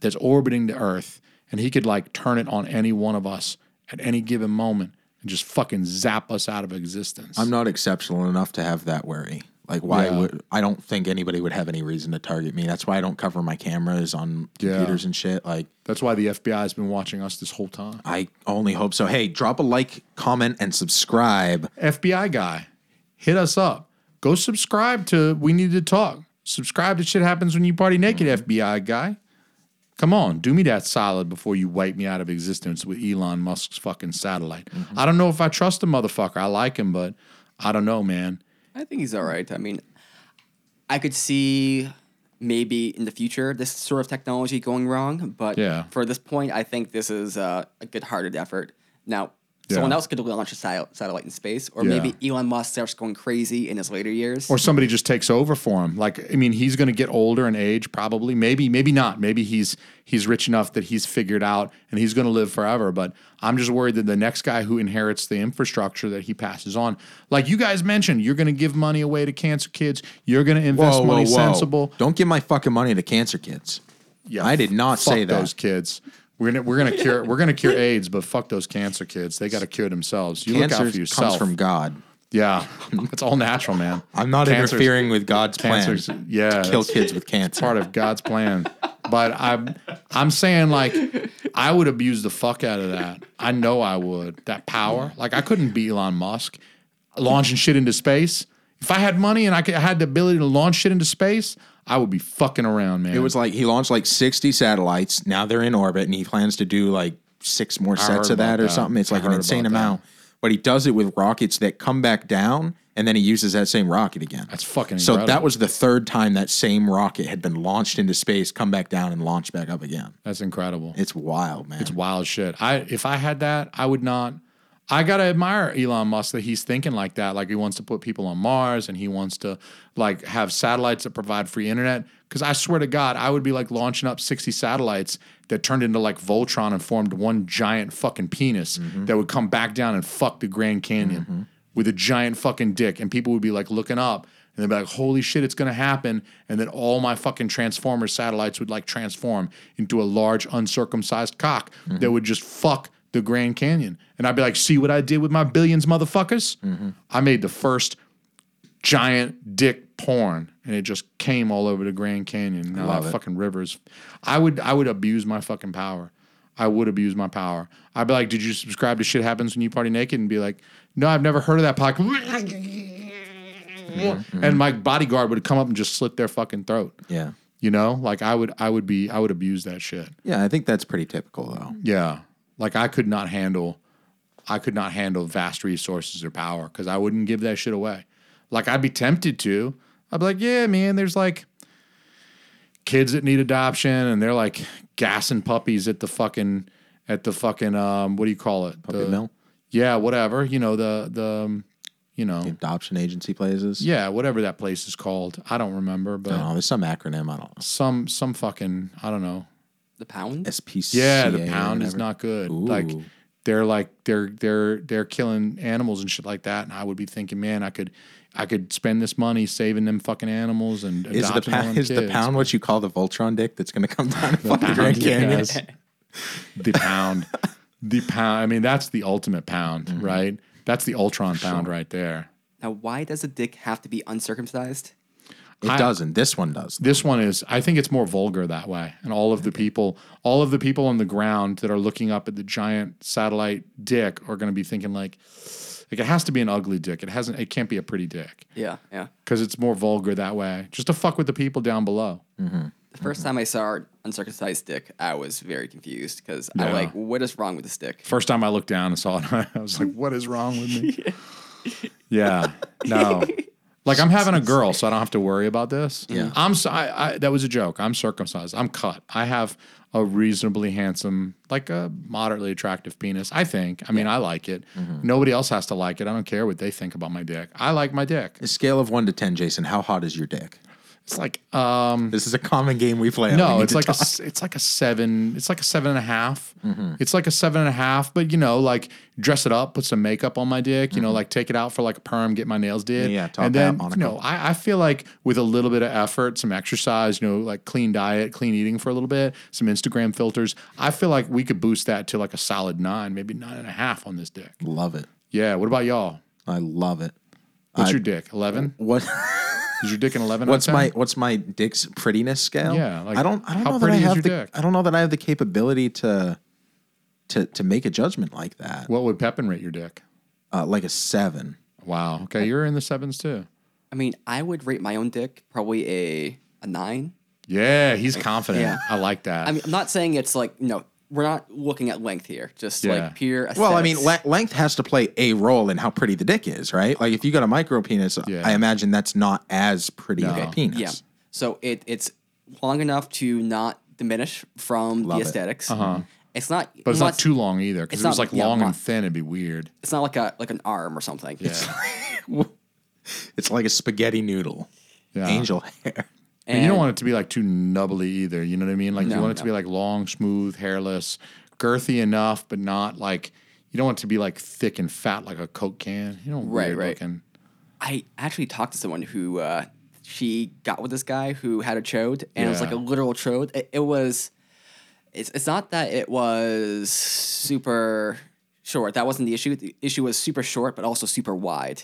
Speaker 2: that's orbiting the Earth and he could like turn it on any one of us at any given moment and just fucking zap us out of existence?
Speaker 3: I'm not exceptional enough to have that worry. Like, why
Speaker 2: Yeah.
Speaker 3: would I don't think anybody would have any reason to target me? That's why I don't cover my cameras on
Speaker 2: Yeah.
Speaker 3: computers and shit. Like,
Speaker 2: that's why the FBI has been watching us this whole time.
Speaker 3: I only hope so. Hey, drop a like, comment, and subscribe.
Speaker 2: FBI guy, hit us up. Go subscribe to We Need to Talk. Subscribe to Shit Happens When You Party Naked, FBI guy. Come on, do me that solid before you wipe me out of existence with Elon Musk's fucking satellite. I don't know if I trust the motherfucker. I like him, but I don't know, man.
Speaker 4: I think
Speaker 2: Hmm.
Speaker 4: he's all right. I mean, I could see maybe in the future this sort of technology going wrong, but
Speaker 2: Yeah.
Speaker 4: for this point, I think this is uh, a good-hearted effort. Now, someone
Speaker 2: Yeah.
Speaker 4: else could launch a satel- satellite in space, or
Speaker 2: Yeah.
Speaker 4: maybe Elon Musk starts going crazy in his later years.
Speaker 2: or somebody just takes over for him. Like, I mean, he's going to get older in age, probably. Maybe, maybe not. Maybe he's he's rich enough that he's figured out and he's going to live forever. But I'm just worried that the next guy who inherits the infrastructure that he passes on, like you guys mentioned, you're going to give money away to cancer kids. You're going to invest money sensible.
Speaker 3: Don't give my fucking money to cancer kids.
Speaker 2: Yeah,
Speaker 3: I did not
Speaker 2: fuck
Speaker 3: say that.
Speaker 2: Those kids. We're gonna we're gonna cure we're gonna cure AIDS, but fuck those cancer kids. They got to cure themselves. You
Speaker 3: cancer
Speaker 2: look out for
Speaker 3: comes
Speaker 2: yourself.
Speaker 3: from God.
Speaker 2: yeah, it's all natural, man.
Speaker 3: I'm not
Speaker 2: Cancer's-
Speaker 3: interfering with God's plan
Speaker 2: Cancer's
Speaker 3: to
Speaker 2: yeah,
Speaker 3: kill
Speaker 2: that's-
Speaker 3: kids with cancer.
Speaker 2: part of God's plan. But I'm I'm saying like I would abuse the fuck out of that. I know I would. That power. Like I couldn't be Elon Musk launching shit into space. If I had money and I, could, I had the ability to launch shit into space, I would be fucking around, man.
Speaker 3: It was like he launched like 60 satellites. Now they're in orbit, and he plans to do like six more sets
Speaker 2: heard
Speaker 3: of that
Speaker 2: about
Speaker 3: or
Speaker 2: that.
Speaker 3: something. It's
Speaker 2: I
Speaker 3: like an
Speaker 2: heard
Speaker 3: insane
Speaker 2: about that.
Speaker 3: amount. But he does it with rockets that come back down, and then he uses that same rocket again.
Speaker 2: that's fucking
Speaker 3: so
Speaker 2: incredible.
Speaker 3: that was the third time that same rocket had been launched into space, come back down, and launched back up again.
Speaker 2: that's incredible.
Speaker 3: It's wild, man.
Speaker 2: It's wild shit. I if I had that, I would not. I gotta admire Elon Musk that he's thinking like that. Like he wants to put people on Mars and he wants to like have satellites that provide free internet. Because I swear to God, I would be like launching up sixty satellites that turned into like Voltron and formed one giant fucking penis that would come back down and fuck the Grand Canyon with a giant fucking dick, and people would be like looking up. And they'd be like, holy shit, it's gonna happen. And then all my fucking Transformer satellites would like transform into a large uncircumcised cock that would just fuck the Grand Canyon. And I'd be like, see what I did with my billions, motherfuckers? I made the first giant dick porn and it just came all over the Grand Canyon. Now that fucking rivers. I would I would abuse my fucking power. I would abuse my power. I'd be like, did you subscribe to shit happens when you party naked? And be like, no, I've never heard of that podcast. And my bodyguard would come up and just slit their fucking throat.
Speaker 3: yeah.
Speaker 2: You know? Like I would I would be I would abuse that shit.
Speaker 3: Yeah, I think that's pretty typical, though.
Speaker 2: Yeah. Like I could not handle I could not handle vast resources or power because I wouldn't give that shit away. Like I'd be tempted to. I'd be like, yeah, man, there's like kids that need adoption and they're like gassing puppies at the fucking at the fucking um what do you call it?
Speaker 3: Puppy
Speaker 2: The-
Speaker 3: mill?
Speaker 2: Yeah, whatever. You know, the the um, you know,
Speaker 3: The adoption agency places.
Speaker 2: yeah, whatever that place is called. I don't remember, but
Speaker 3: I don't know. There's some acronym. I don't know.
Speaker 2: some some fucking I don't know.
Speaker 4: The pound?
Speaker 3: SPCA.
Speaker 2: Yeah, the
Speaker 3: or
Speaker 2: pound is
Speaker 3: whatever.
Speaker 2: not good. Like
Speaker 3: Ooh.
Speaker 2: they're like they're they're they're killing animals and shit like that. And I would be thinking, man, I could I could spend this money saving them fucking animals and
Speaker 3: Is the,
Speaker 2: adopting
Speaker 3: pa-
Speaker 2: all them
Speaker 3: is the
Speaker 2: kids.
Speaker 3: pound what you call the Voltron dick that's going to come down and fucking Grand Canyon?
Speaker 2: Yes. the pound, the pound. I mean, that's the ultimate pound,
Speaker 3: Mm-hmm.
Speaker 2: right? That's the Ultron pound right there.
Speaker 4: Now, why does a dick have to be uncircumcised?
Speaker 3: It
Speaker 2: I-
Speaker 3: doesn't. This one does.
Speaker 2: This one is. I think it's more vulgar that way. And all of the people, all of the people on the ground that are looking up at the giant satellite dick are going to be thinking like, like it has to be an ugly dick. It hasn't. It can't be a pretty dick.
Speaker 4: Yeah, yeah.
Speaker 2: because it's more vulgar that way, just to fuck with the people down below.
Speaker 4: The 1st time I saw an uncircumcised dick, I was very confused because
Speaker 2: Yeah.
Speaker 4: I like, what is wrong with this dick?
Speaker 2: First time I looked down and saw it, I was like, "What is wrong with me?" yeah, no. Like I'm having a girl, so I don't have to worry about this. Yeah, I'm. s- I, I- that was a joke. I'm circumcised. I'm cut. I have a reasonably handsome, like a moderately attractive penis. I think. I mean, I like it. Nobody else has to like it. I don't care what they think about my dick. I like my dick.
Speaker 3: A scale of one to ten, Jason. How hot is your dick?
Speaker 2: It's like, um,
Speaker 3: This is a common game we play. We
Speaker 2: No,
Speaker 3: need
Speaker 2: it's
Speaker 3: to
Speaker 2: like a
Speaker 3: talk. Mm-hmm.
Speaker 2: s- it's like a seven. It's like a seven and a half. It's like a seven and a half. But you know, like dress it up, put some makeup on my dick. You know, like take it out for like a perm, get my nails did.
Speaker 3: Mm-hmm. Yeah, yeah, top
Speaker 2: and then
Speaker 3: hat,
Speaker 2: you know, I, I feel like with a little bit of effort, some exercise, you know, like clean diet, clean eating for a little bit, some Instagram filters. I feel like we could boost that to like a solid nine, maybe nine and a half on this dick.
Speaker 3: love it.
Speaker 2: Yeah. What about y'all?
Speaker 3: I love it.
Speaker 2: What's your dick? Eleven?
Speaker 3: What?
Speaker 2: Is your dick an eleven? out of
Speaker 3: What's
Speaker 2: 10?
Speaker 3: my what's my dick's prettiness scale?
Speaker 2: Yeah, like,
Speaker 3: I don't I don't
Speaker 2: how
Speaker 3: know that I
Speaker 2: pretty is
Speaker 3: have
Speaker 2: your
Speaker 3: the
Speaker 2: dick?
Speaker 3: I don't know that I have the capability to to to make a judgment like that.
Speaker 2: What would Pepin rate your dick?
Speaker 3: Uh, like a seven.
Speaker 2: Wow. Okay, you're in the sevens too.
Speaker 4: I mean, I would rate my own dick probably a, a nine.
Speaker 2: Yeah, he's confident.
Speaker 4: Yeah.
Speaker 2: I like that.
Speaker 4: I mean, I'm not saying it's like, you know, we're not looking at length here, just
Speaker 2: Yeah.
Speaker 4: like pure aesthetics.
Speaker 3: Well, I mean, le- length has to play a role in how pretty the dick is, right? Like if you got a micro penis,
Speaker 2: Yeah.
Speaker 3: I imagine that's not as pretty of
Speaker 2: No.
Speaker 3: a penis.
Speaker 4: Yeah. So it it's long enough to not diminish from
Speaker 3: Love it.
Speaker 4: the aesthetics. Uh-huh. It's not,
Speaker 2: but it's not
Speaker 4: unless-
Speaker 2: too long either. Because
Speaker 4: it's
Speaker 2: it was
Speaker 4: not-
Speaker 2: like
Speaker 4: yeah,
Speaker 2: long
Speaker 4: long.
Speaker 2: and thin, it'd be weird.
Speaker 4: It's not like a like an arm or something.
Speaker 2: Yeah.
Speaker 3: It's like a spaghetti noodle.
Speaker 2: Yeah.
Speaker 3: Angel hair.
Speaker 2: And you don't
Speaker 4: And-
Speaker 2: want it to be like too nubbly either. You know what I mean? Like you
Speaker 4: No,
Speaker 2: want it to
Speaker 4: no.
Speaker 2: be like long, smooth, hairless, girthy enough, but not like you don't want it to be like thick and fat like a Coke can. You don't
Speaker 4: Right,
Speaker 2: weird
Speaker 4: right.
Speaker 2: looking.
Speaker 4: I actually talked to someone who uh, she got with this guy who had a chode, and it was like a
Speaker 2: Yeah.
Speaker 4: literal chode. It, it was. It's, it's not that it was super short. That wasn't the issue. The issue was super short, but also super wide.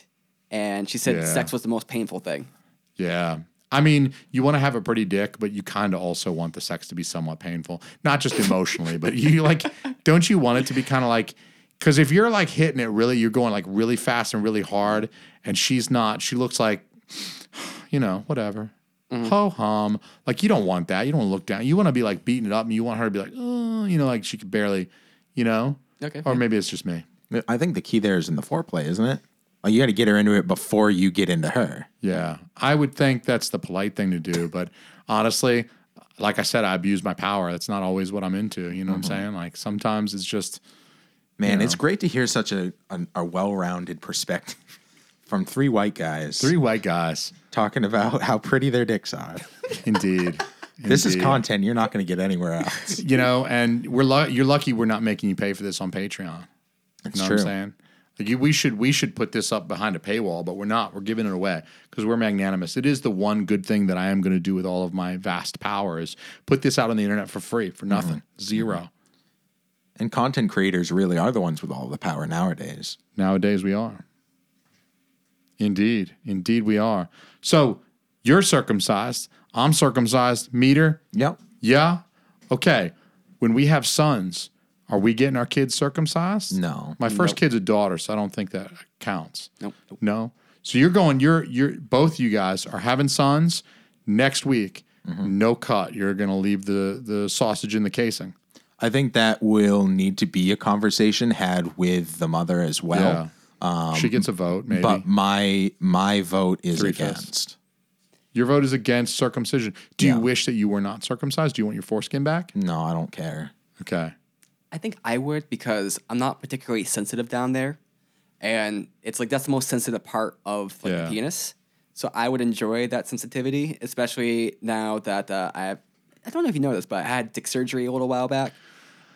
Speaker 4: And she said
Speaker 2: Yeah.
Speaker 4: sex was the most painful thing.
Speaker 2: Yeah. I mean, you want to have a pretty dick, but you kind of also want the sex to be somewhat painful, not just emotionally, but you like, don't you want it to be kind of like, because if you're like hitting it really, you're going like really fast and really hard, and she's not, she looks like, you know, whatever. Ho hum. Like, you don't want that. You don't wanna look down. You want to be like beating it up, and you want her to be like, oh, you know, like she could barely, you know?
Speaker 4: Okay.
Speaker 2: Or maybe it's just me.
Speaker 3: I think the key there is in the foreplay, isn't it? Like you got to get her into it before you get into her.
Speaker 2: Yeah. I would think that's the polite thing to do, but honestly, like I said, I abuse my power. That's not always what I'm into. You know what I'm saying? Like sometimes it's just
Speaker 3: Man, it's great to hear such a an, a well-rounded perspective from three white guys
Speaker 2: three white guys.
Speaker 3: talking about how pretty their dicks are.
Speaker 2: Indeed.
Speaker 3: This is
Speaker 2: Indeed.
Speaker 3: content you're not going to get anywhere else.
Speaker 2: You know, and we're lu- you're lucky we're not making you pay for this on Patreon. You know
Speaker 3: true.
Speaker 2: what I'm saying? Like you, we should we should put this up behind a paywall, but we're not. We're giving it away because we're magnanimous. It is the one good thing that I am going to do with all of my vast power is put this out on the internet for free for nothing, zero.
Speaker 3: And content creators really are the ones with all the power nowadays.
Speaker 2: Nowadays we are. Indeed. Indeed we are. So you're circumcised. I'm circumcised. Meter.
Speaker 3: Yep.
Speaker 2: Yeah. Okay. When we have sons, are we getting our kids circumcised?
Speaker 3: No.
Speaker 2: My first kid's a daughter, so I don't think that counts.
Speaker 4: Nope.
Speaker 2: No. So you're going, you're you're both you guys are having sons next week. No cut. You're gonna leave the the sausage in the casing.
Speaker 3: I think that will need to be a conversation had with the mother as well.
Speaker 2: she gets a vote, maybe.
Speaker 3: But my my vote is
Speaker 2: Three-fifths.
Speaker 3: against.
Speaker 2: Your vote is against circumcision. Do
Speaker 3: Yeah.
Speaker 2: you wish that you were not circumcised? Do you want your foreskin back?
Speaker 3: No, I don't care.
Speaker 2: Okay.
Speaker 4: I think I would because I'm not particularly sensitive down there. and it's like that's the most sensitive part of like
Speaker 2: Yeah.
Speaker 4: the penis. So I would enjoy that sensitivity, especially now that uh, I have. I don't know if you know this, but I had dick surgery a little while back,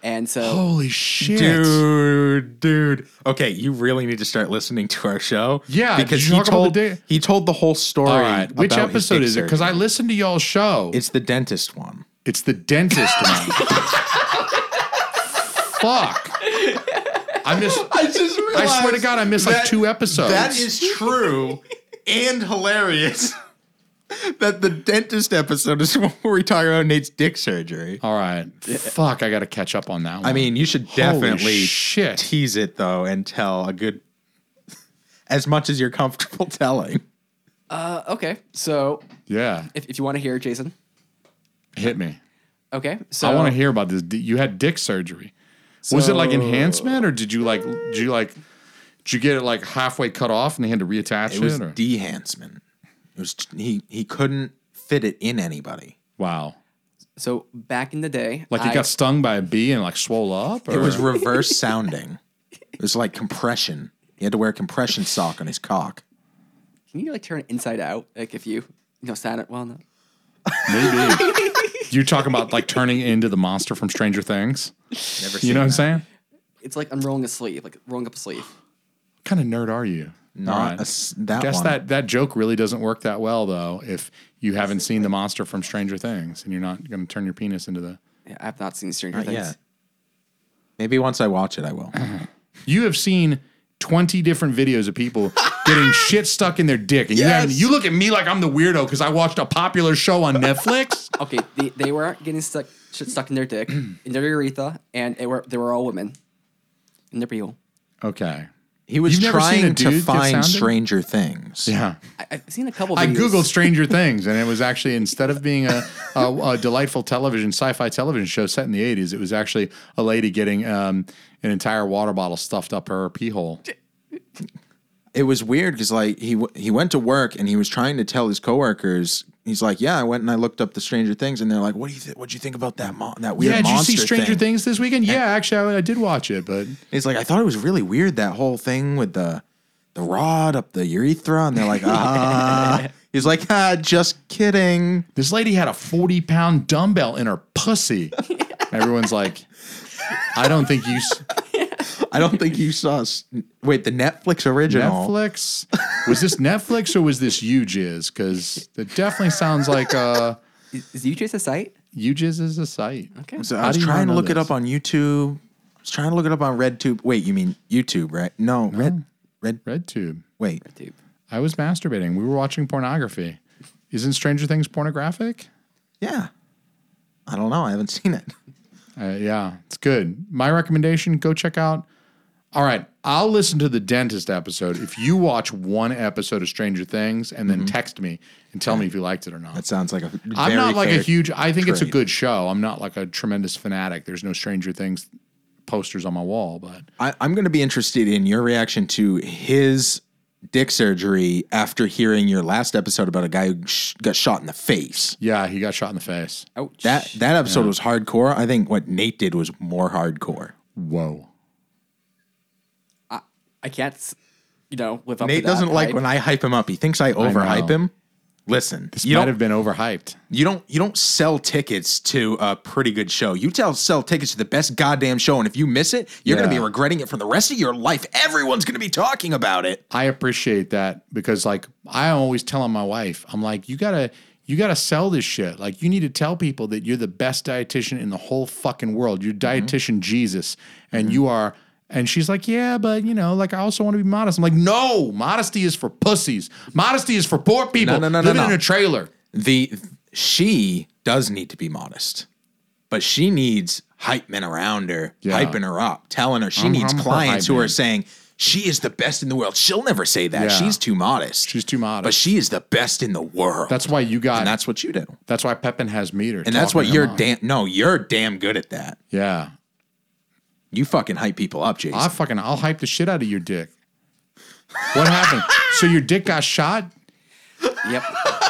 Speaker 4: and so
Speaker 2: Holy shit.
Speaker 3: Dude, dude. Okay, you really need to start listening to our show.
Speaker 2: Yeah, did
Speaker 3: because
Speaker 2: you
Speaker 3: he
Speaker 2: talk about
Speaker 3: told
Speaker 2: the da-
Speaker 3: he told the whole story.
Speaker 2: All right. Which
Speaker 3: about his
Speaker 2: episode
Speaker 3: dick
Speaker 2: is it? Because I
Speaker 3: surgery.
Speaker 2: listened to y'all's show. It's,
Speaker 3: it's the dentist one.
Speaker 2: the dentist one. Fuck. I missed.
Speaker 3: I just realized.
Speaker 2: I swear to God, I missed like
Speaker 3: that-
Speaker 2: two episodes.
Speaker 3: That is true and hilarious. That the dentist episode is where we talk about Nate's dick surgery.
Speaker 2: All right. Fuck, I got to catch up on that one.
Speaker 3: I mean, you should
Speaker 2: Holy
Speaker 3: definitely
Speaker 2: shit.
Speaker 3: tease it though and tell a good as much as you're comfortable telling.
Speaker 4: Uh, okay, so
Speaker 2: yeah.
Speaker 4: if, if you want to hear, Jason.
Speaker 2: Hit me.
Speaker 4: Okay, so
Speaker 2: I want to hear about this. D- You had dick surgery. was it like enhancement, or did you like? Did you like? Did you get it like halfway cut off, and they had to reattach
Speaker 3: It
Speaker 2: it?
Speaker 3: was
Speaker 2: or?
Speaker 3: D Hansman. It was he he couldn't fit it in anybody.
Speaker 2: wow.
Speaker 4: So back in the day,
Speaker 2: Like you
Speaker 4: I-
Speaker 2: got stung by a bee and like swole up. Or?
Speaker 3: It was reverse sounding. It was like compression. He had to wear a compression sock on his cock.
Speaker 4: Can you like turn it inside out? Like if you you know stand it well enough.
Speaker 2: maybe. you talking about like turning into the monster from Stranger Things?
Speaker 3: Never
Speaker 2: You know what I'm saying?
Speaker 4: It's like unrolling a sleeve, like rolling up a sleeve.
Speaker 2: What kind of nerd are you? All
Speaker 3: Not
Speaker 2: right.
Speaker 3: a s- that
Speaker 2: Guess
Speaker 3: one.
Speaker 2: that that joke really doesn't work that well though. If you haven't seen the monster from Stranger Things, and you're not going to turn your penis into the
Speaker 4: Yeah, I have not seen Stranger
Speaker 3: Not
Speaker 4: Things.
Speaker 3: yet. Maybe once I watch it, I will.
Speaker 2: You have seen 20 different videos of people getting shit stuck in their dick. And you, haven't, you look at me like I'm the weirdo because I watched a popular show on Netflix.
Speaker 4: Okay, they, they were getting stuck shit stuck in their dick, in their urethra, and they were they were all women. And they're real.
Speaker 2: okay.
Speaker 3: He was
Speaker 2: You've never seen a
Speaker 3: trying
Speaker 2: dude
Speaker 3: to
Speaker 2: get
Speaker 3: find
Speaker 2: sounded?
Speaker 3: Stranger Things.
Speaker 2: Yeah.
Speaker 4: I, I've seen a couple.
Speaker 2: I
Speaker 4: videos.
Speaker 2: Googled Stranger Things, and it was actually, instead of being a, a, a delightful television, sci fi television show set in the 80s, it was actually a lady getting um, an entire water bottle stuffed up her pee hole.
Speaker 3: It was weird because like he w- he went to work and he was trying to tell his coworkers. He's like, "Yeah, I went and I looked up the Stranger Things," and they're like, "What do you th- what do you think about that mo- that weird
Speaker 2: Yeah, did you
Speaker 3: monster
Speaker 2: see Stranger
Speaker 3: thing?
Speaker 2: Things this weekend? Yeah, actually, I, I did watch it, but
Speaker 3: He's like, I thought it was really weird that whole thing with the the rod up the urethra, and they're like, ah. He's like, ah, just kidding.
Speaker 2: this lady had a 40 pound dumbbell in her pussy. Everyone's like, I don't think you. s-
Speaker 3: I don't think you saw. s- Wait, the Netflix original.
Speaker 2: Netflix? Was this Netflix or was this UJizz? Because it definitely sounds like uh,
Speaker 4: Is, is UJ's a site?
Speaker 2: UJizz is a site.
Speaker 4: Okay.
Speaker 3: So
Speaker 2: How
Speaker 3: I was
Speaker 2: do you
Speaker 3: trying
Speaker 2: not know
Speaker 3: to look it
Speaker 2: this?
Speaker 3: up on YouTube. I was trying to look it up on RedTube. Wait, you mean YouTube, right? No, Red, Red.
Speaker 2: RedTube.
Speaker 3: Wait,
Speaker 4: Dude.
Speaker 2: I was masturbating. We were watching pornography. Isn't Stranger Things pornographic?
Speaker 3: yeah. I don't know. I haven't seen it.
Speaker 2: Uh, yeah, it's good. My recommendation: go check out. All right, I'll listen to the dentist episode if you watch one episode of Stranger Things and then text me and tell me if you liked it or not.
Speaker 3: That sounds like a. Mm-hmm. Very
Speaker 2: I'm not like a
Speaker 3: fair-
Speaker 2: huge. I think it's a
Speaker 3: trade.
Speaker 2: good show. I'm not like a tremendous fanatic. There's no Stranger Things posters on my wall, but
Speaker 3: I, I'm going to be interested in your reaction to his dick surgery after hearing your last episode about a guy who sh- got shot in the face.
Speaker 2: yeah, he got shot in the face.
Speaker 4: Ouch.
Speaker 3: That that episode was hardcore. I think what Nate did was more hardcore.
Speaker 2: Whoa.
Speaker 4: I can't. s- You know, live up.
Speaker 3: Nate
Speaker 4: to that
Speaker 3: doesn't like
Speaker 4: hype.
Speaker 3: when I hype him up. He thinks I overhype him. Listen,
Speaker 2: This
Speaker 3: you
Speaker 2: might
Speaker 3: don't,
Speaker 2: have been overhyped.
Speaker 3: you don't you don't sell tickets to a pretty good show. You tell sell tickets to the best goddamn show, and if you miss it, you're going to
Speaker 2: Yeah.
Speaker 3: be regretting it for the rest of your life. Everyone's going to be talking about it.
Speaker 2: I appreciate that because like I always tell my wife, I'm like, you gotta you gotta sell this shit. Like you need to tell people that you're the best dietitian in the whole fucking world. You're
Speaker 3: Mm-hmm.
Speaker 2: dietitian Jesus, and you are. And she's like, yeah, but you know, like I also want to be modest. I'm like, no, modesty is for pussies. Modesty is for poor people
Speaker 3: no, no, no,
Speaker 2: living
Speaker 3: no.
Speaker 2: in a trailer.
Speaker 3: the she does need to be modest, but she needs hype men around her,
Speaker 2: Yeah.
Speaker 3: hyping her up, telling her she needs
Speaker 2: I'm her
Speaker 3: clients
Speaker 2: hype
Speaker 3: who are
Speaker 2: man.
Speaker 3: saying she is the best in the world. She'll never say that.
Speaker 2: Yeah.
Speaker 3: She's too modest.
Speaker 2: She's too modest.
Speaker 3: But she is the best in the world.
Speaker 2: That's why you got.
Speaker 3: and
Speaker 2: That's,
Speaker 3: that's what you do.
Speaker 2: that's why Pepin has meter.
Speaker 3: And that's what you're damn no, you're damn good at that.
Speaker 2: Yeah,
Speaker 3: You fucking hype people up, Jason.
Speaker 2: I fucking I'll hype the shit out of your dick. What happened? so your dick got shot
Speaker 4: Yep.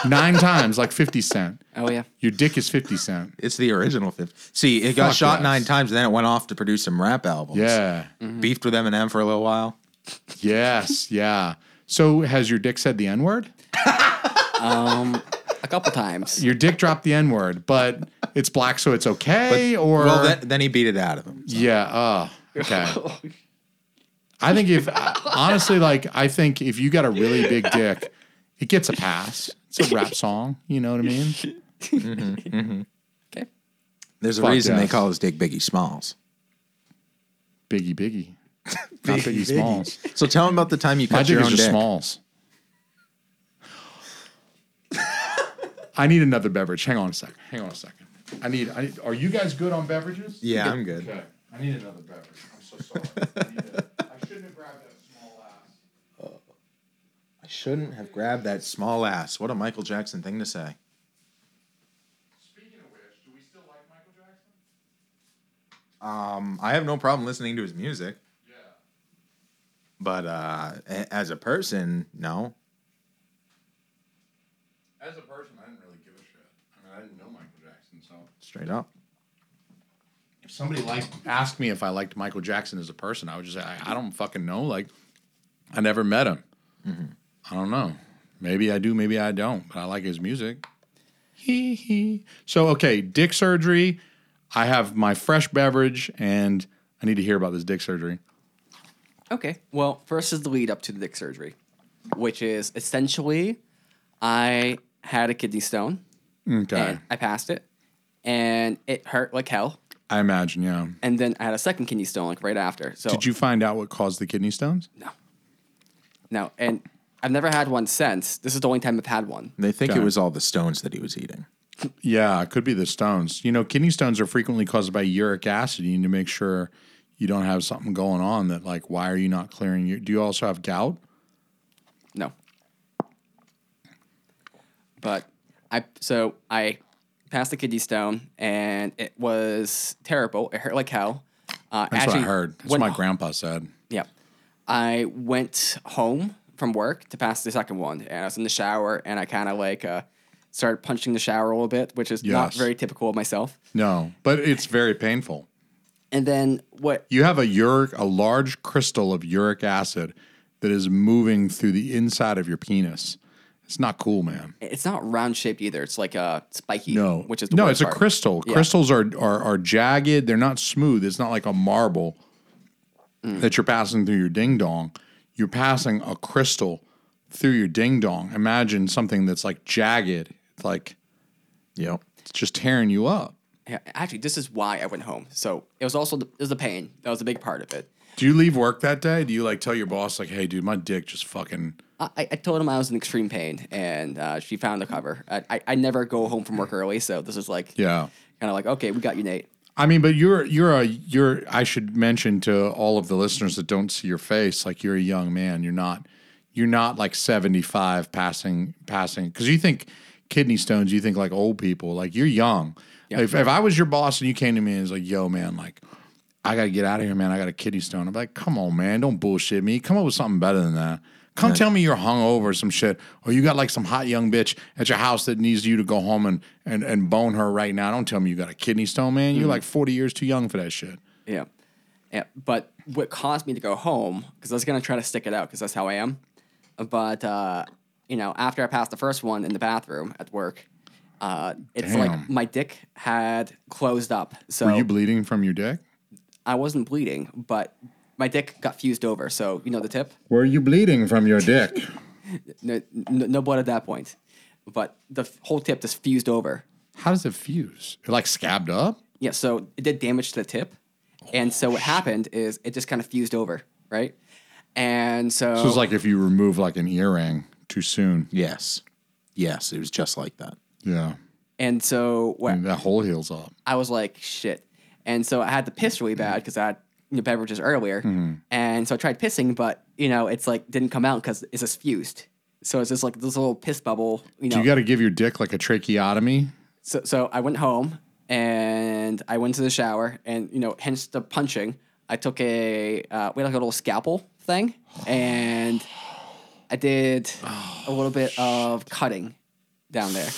Speaker 2: nine times, like fifty cent.
Speaker 4: Oh yeah.
Speaker 2: Your dick is 50 Cent.
Speaker 3: it's the original fifth. See, it got
Speaker 2: Fuck
Speaker 3: shot
Speaker 2: yes.
Speaker 3: nine times, and then it went off to produce some rap albums.
Speaker 2: Yeah.
Speaker 3: beefed with Eminem for a little while.
Speaker 2: Yes, yeah. So has your dick said the N word?
Speaker 4: Um, a couple times.
Speaker 2: Your dick dropped the N word, but it's black, so it's okay. or
Speaker 3: Well, then, then he beat it out of him.
Speaker 2: yeah, oh, okay. I think if uh, honestly, like I think if you got a really big dick, it gets a pass. It's a rap song. You know what I mean?
Speaker 4: Okay.
Speaker 3: There's a
Speaker 2: Fuck
Speaker 3: reason they
Speaker 2: yes.
Speaker 3: call his dick Biggie Smalls.
Speaker 2: Biggie, Biggie, not Biggie, Smalls.
Speaker 3: So tell him about the time you
Speaker 2: My
Speaker 3: cut
Speaker 2: dick
Speaker 3: your
Speaker 2: is
Speaker 3: own
Speaker 2: just
Speaker 3: dick.
Speaker 2: Smalls. I need another beverage. Hang on a second. Hang on a second. I need. I need are you guys good on beverages?
Speaker 3: Yeah, I'm good.
Speaker 2: Okay. I need another beverage. I'm so sorry. I, need a, I shouldn't have grabbed that small ass.
Speaker 3: I shouldn't have grabbed that small ass. What a Michael Jackson thing to say.
Speaker 2: Speaking of which, do we still like Michael Jackson?
Speaker 3: Um, I have no problem listening to his music,
Speaker 2: Yeah.
Speaker 3: but uh, a- as a person, no.
Speaker 2: As a person, I didn't really give a shit. I mean, I didn't know Michael Jackson, so
Speaker 3: Straight up.
Speaker 2: if somebody like asked me if I liked Michael Jackson as a person, I would just say I, I don't fucking know. Like, I never met him. I don't know. Maybe I do. Maybe I don't. But I like his music. Hee hee. So okay, dick surgery. I have my fresh beverage, and I need to hear about this dick surgery.
Speaker 4: Okay. Well, first is the lead up to the dick surgery, which is essentially I had a kidney stone
Speaker 2: Okay,
Speaker 4: and I passed it and it hurt like hell.
Speaker 2: I imagine. Yeah.
Speaker 4: And then I had a second kidney stone like right after. So
Speaker 2: Did you find out what caused the kidney stones?
Speaker 4: no, and I've never had one since. This is the only time I've had one.
Speaker 3: They think
Speaker 2: Okay.
Speaker 3: it was all the stones that he was eating.
Speaker 2: Yeah, it could be the stones. You know, kidney stones are frequently caused by uric acid. You need to make sure you don't have something going on that, like, why are you not clearing your? Do you also have gout?
Speaker 4: No. But I so I passed the kidney stone and it was terrible. It hurt like hell. Uh,
Speaker 2: That's
Speaker 4: actually,
Speaker 2: what I heard. That's
Speaker 4: when-
Speaker 2: what my grandpa said.
Speaker 4: Yeah. I went home from work to pass the second one, and I was in the shower, and I kind of like uh, started punching the shower a little bit, which is not
Speaker 2: Yes.
Speaker 4: very typical of myself.
Speaker 2: No, but it's very painful.
Speaker 4: And then what?
Speaker 2: You have a uric, a large crystal of uric acid that is moving through the inside of your penis. It's not cool, man.
Speaker 4: It's not round shaped either. It's like uh, spiky.
Speaker 2: No,
Speaker 4: which is the
Speaker 2: no,
Speaker 4: worst
Speaker 2: it's a
Speaker 4: part.
Speaker 2: crystal.
Speaker 4: Yeah.
Speaker 2: Crystals are, are are jagged. They're not smooth. It's not like a marble
Speaker 4: Mm.
Speaker 2: that you're passing through your ding dong. You're passing a crystal through your ding dong. Imagine something that's like jagged. It's like
Speaker 3: Yep.
Speaker 2: it's just tearing you up.
Speaker 4: Yeah, Actually, this is why I went home. So it was also the, it was the pain that was a big part of it.
Speaker 2: Do you leave work that day? Do you like tell your boss like, "Hey, dude, my dick just fucking."
Speaker 4: I, I I told him I was in extreme pain, and uh, she found the cover. I, I I never go home from work early, so this is like
Speaker 2: Yeah.
Speaker 4: kind of like okay, we got you, Nate.
Speaker 2: I mean, but you're you're a you're. I should mention to all of the listeners that don't see your face, like you're a young man. You're not you're not like seventy five passing passing because you think kidney stones. You think like old people. Like you're young. If if I was your boss and you came to me and was like, "Yo, man, like I gotta get out of here, man. I got a kidney stone." I'm like, "Come on, man, don't bullshit me. Come up with something better than that." Come tell me you're hungover or some shit, or you got like some hot young bitch at your house that needs you to go home and, and, and bone her right now. Don't tell me you got a kidney stone, man. You're like 40 years too young for that shit.
Speaker 4: Yeah. yeah. But what caused me to go home, because I was going to try to stick it out, because that's how I am. But, uh, you know, after I passed the first one in the bathroom at work, uh, it's like
Speaker 2: Damn.
Speaker 4: my dick had closed up. So
Speaker 2: Were you bleeding from your dick?
Speaker 4: I wasn't bleeding, but my dick got fused over. So, you know, the tip?
Speaker 2: Were you bleeding from your dick?
Speaker 4: No, no, no blood at that point. But the f- whole tip just fused over.
Speaker 2: How does it fuse? It like scabbed up?
Speaker 4: Yeah, so it did damage to the tip. And so what happened is it just kind of fused over, right? And so,
Speaker 2: So it's like if you remove like an earring too soon.
Speaker 3: Yes. Yes, it was just like that.
Speaker 2: Yeah.
Speaker 4: and so what
Speaker 2: And that hole heals up.
Speaker 4: I was like, shit. And so I had to piss really bad because I had you know, beverages earlier. And so I tried pissing, but, you know, it's like didn't come out because it's just fused. So it's just like this little piss bubble, you know.
Speaker 2: You got to give your dick like a tracheotomy.
Speaker 4: so, so I went home and I went to the shower and, you know, hence the punching. I took a, uh, we had like a little scalpel thing and I did a little bit of cutting down there.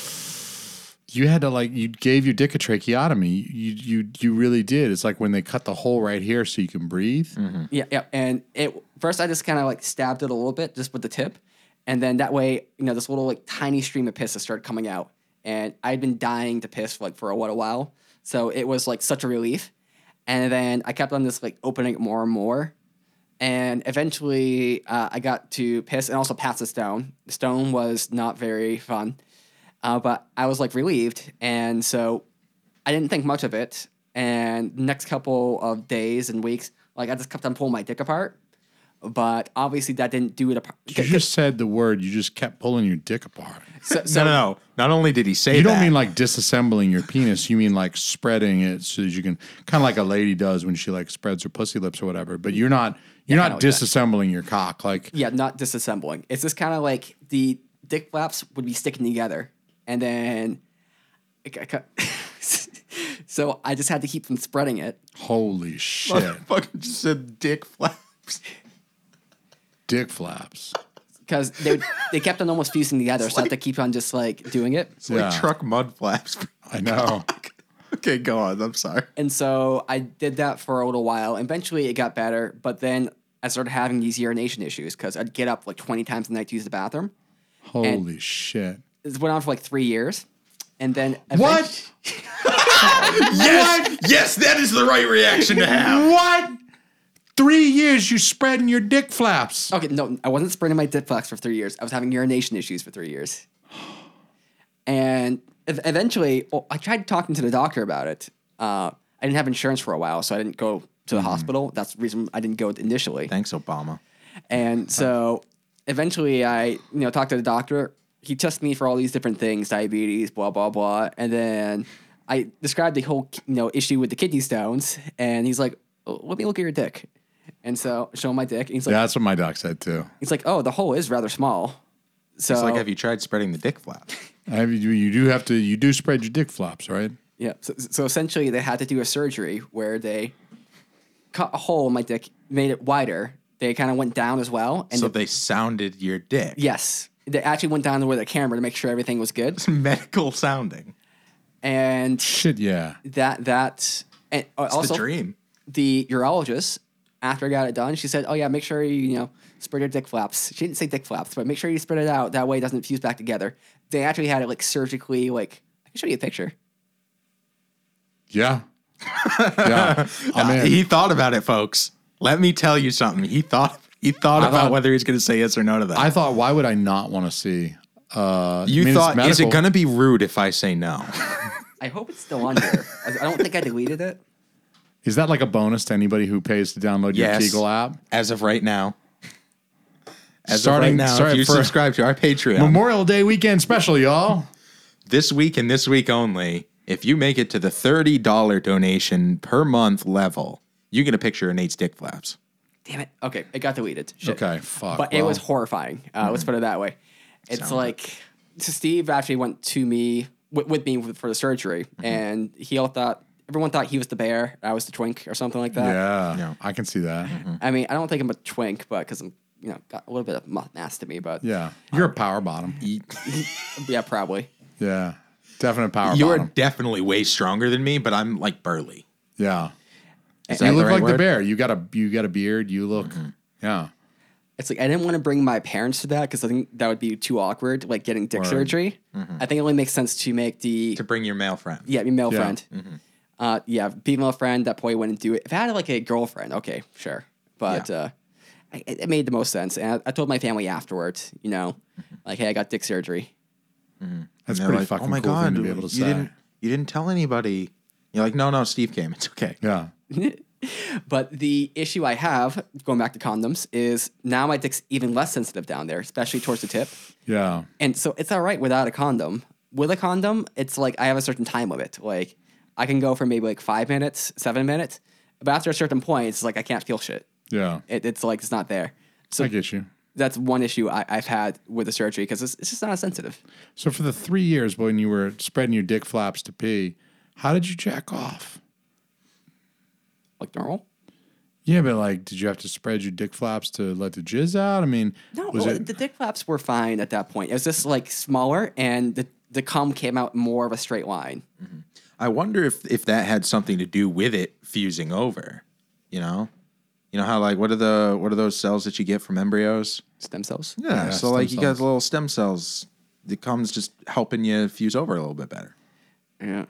Speaker 2: you had to like you gave your dick a tracheotomy. You you you really did. It's like when they cut the hole right here so you can breathe.
Speaker 4: Yeah, yeah. And it first I just kind of like stabbed it a little bit just with the tip. And then that way, you know, this little like tiny stream of piss has started coming out. And I'd been dying to piss like for a, what a while. So it was like such a relief. And then I kept on just like opening it more and more. And eventually uh, I got to piss and also pass the stone. The stone was not very fun. Uh, but I was like relieved. And so I didn't think much of it. And next couple of days and weeks, like I just kept on pulling my dick apart. But obviously that didn't do it apart.
Speaker 2: You just said the word. You just kept pulling your dick apart.
Speaker 4: So,
Speaker 3: No,
Speaker 4: so
Speaker 3: no, no. Not only did he say
Speaker 2: You
Speaker 3: that,
Speaker 2: don't mean like disassembling your penis. You mean like spreading it so that you can kind of like a lady does when she like spreads her pussy lips or whatever. But you're not you're not
Speaker 4: kinda like
Speaker 2: disassembling your cock. Like
Speaker 4: yeah, not disassembling. It's just kind of like the dick flaps would be sticking together. And then it got cut. so I just had to keep from spreading it.
Speaker 2: holy shit,
Speaker 3: fucking just said dick flaps.
Speaker 2: dick flaps.
Speaker 4: Because they, would- they kept on almost fusing together, so I had to keep on just like doing it.
Speaker 3: It's like
Speaker 2: Yeah.
Speaker 3: truck mud flaps.
Speaker 2: I know.
Speaker 3: okay, go on. I'm sorry.
Speaker 4: And so I did that for a little while. Eventually it got better, but then I started having these urination issues because I'd get up like 20 times a night to use the bathroom.
Speaker 2: Holy shit.
Speaker 4: This went on for like three years. And then
Speaker 2: What?
Speaker 3: Yes, yes, that is the right reaction to have.
Speaker 2: What? Three years you spreading your dick flaps.
Speaker 4: Okay, no, I wasn't spreading my dick flaps for three years. I was having urination issues for three years. And ev- eventually, well, I tried talking to the doctor about it. Uh, I didn't have insurance for a while, so I didn't go to the hospital. That's the reason I didn't go initially.
Speaker 3: Thanks, Obama.
Speaker 4: And so eventually I, you know, talked to the doctor. He tested me for all these different things, diabetes, blah, blah, blah. And then I described the whole, you know, issue with the kidney stones. And he's like, "Oh, let me look at your dick. And so show him my dick. And he's like,
Speaker 2: Yeah, that's what my doc said too.
Speaker 4: he's like, oh, the hole is rather small. So
Speaker 3: It's like, have you tried spreading the dick flap?
Speaker 2: I mean, you, you do have to you do spread your dick flops, right?
Speaker 4: yeah. So, so essentially they had to do a surgery where they cut a hole in my dick, made it wider. They kind of went down as well. And
Speaker 3: so
Speaker 4: the-
Speaker 3: they sounded your dick.
Speaker 4: yes, they actually went down with a camera to make sure everything was good.
Speaker 3: medical sounding.
Speaker 4: And
Speaker 2: Shit, yeah.
Speaker 4: that that and uh,
Speaker 3: It's
Speaker 4: also
Speaker 3: the dream.
Speaker 4: the urologist after I got it done, she said, "Oh yeah, make sure you you know spread your dick flaps." She didn't say dick flaps, but make sure you spread it out. That way, it doesn't fuse back together. They actually had it like surgically like I can show you a picture.
Speaker 2: Yeah. yeah. I'm in.
Speaker 3: He thought about it, folks. Let me tell you something. He thought he thought about
Speaker 2: thought-
Speaker 3: whether he's going to say yes or no to that.
Speaker 2: I thought, why would I not want to see? Uh,
Speaker 3: you
Speaker 2: I mean, it's
Speaker 3: thought, is it
Speaker 2: medical.
Speaker 3: going to be rude if I say no?
Speaker 4: I hope it's still on there. I I don't think I deleted it.
Speaker 2: Is that like a bonus to anybody who pays to download
Speaker 3: Yes.
Speaker 2: your Kegel app?
Speaker 3: As of right now. As
Speaker 2: Starting-
Speaker 3: of right now,
Speaker 2: sorry,
Speaker 3: if you
Speaker 2: for-
Speaker 3: subscribe to our Patreon
Speaker 2: Memorial Day weekend special, y'all.
Speaker 3: this week and this week only, if you make it to the $30 donation per month level, you get a picture of Nate's dick flaps.
Speaker 4: Damn it. Okay, it got deleted. Shit.
Speaker 2: Okay, fuck.
Speaker 4: but it
Speaker 2: well,
Speaker 4: was horrifying. Uh, Let's put it that way. It's like so Steve actually went to me with, with me for the surgery, and he all thought everyone thought he was the bear, I was the twink or something like that.
Speaker 2: yeah, Mm-hmm.
Speaker 3: Yeah.
Speaker 2: I can see that.
Speaker 4: I mean, I don't think I'm a twink, but because I'm, you know, got a little bit of mu- mass to me, but yeah,
Speaker 2: Yeah, you're a power bottom.
Speaker 3: You,
Speaker 4: probably.
Speaker 2: Yeah, definite power
Speaker 3: you are
Speaker 2: bottom.
Speaker 3: definitely way stronger than me, but I'm like burly.
Speaker 2: yeah,
Speaker 3: Is
Speaker 2: you
Speaker 3: that
Speaker 2: look
Speaker 3: right
Speaker 2: like the
Speaker 3: word?
Speaker 2: bear. You got a you got a beard. You look. Yeah,
Speaker 4: It's like I didn't want to bring my parents to that because I think that would be too awkward, like getting dick surgery. I think it only makes sense to make the
Speaker 3: To bring your male friend.
Speaker 4: yeah your male
Speaker 2: Yeah.
Speaker 4: friend, uh, yeah female friend that probably wouldn't do it. If I had like a girlfriend, okay, sure, but uh, I, it it made the most sense. And I, I told my family afterwards, you know, like hey, I got dick surgery.
Speaker 2: that's
Speaker 3: And
Speaker 2: pretty
Speaker 3: they're like, "Oh
Speaker 2: fucking cool thing to be able to
Speaker 3: you
Speaker 2: say.
Speaker 3: Didn't, you didn't tell anybody. You're like, no, no, Steve came. It's okay.
Speaker 2: yeah,
Speaker 4: But the issue I have, going back to condoms, is now my dick's even less sensitive down there, especially towards the tip.
Speaker 2: yeah.
Speaker 4: And so it's all right without a condom. With a condom, it's like I have a certain time limit. Like I can go for maybe like five minutes, seven minutes. But after a certain point, it's like I can't feel shit.
Speaker 2: Yeah,
Speaker 4: It, it's like it's not there.
Speaker 2: I
Speaker 4: So
Speaker 2: get you.
Speaker 4: that's one issue I, I've had with the surgery because it's, it's just not as sensitive.
Speaker 2: So for the three years when you were spreading your dick flaps to pee, how did you jack off?
Speaker 4: Like normal.
Speaker 2: Yeah, but like, did you have to spread your dick flaps to let the jizz out? I mean,
Speaker 4: No, oh,
Speaker 2: was
Speaker 4: well,
Speaker 2: it?
Speaker 4: the dick flaps were fine at that point. It was just like smaller, and the, the cum came out more of a straight line.
Speaker 3: I wonder if if that had something to do with it fusing over. You know, you know how like what are the what are those cells that you get from embryos?
Speaker 4: Stem cells.
Speaker 3: Yeah,
Speaker 2: Yeah,
Speaker 3: so like
Speaker 2: stem
Speaker 3: you got
Speaker 2: cells.
Speaker 3: little stem cells. The cum's just helping you fuse over a little bit better.
Speaker 4: Yeah.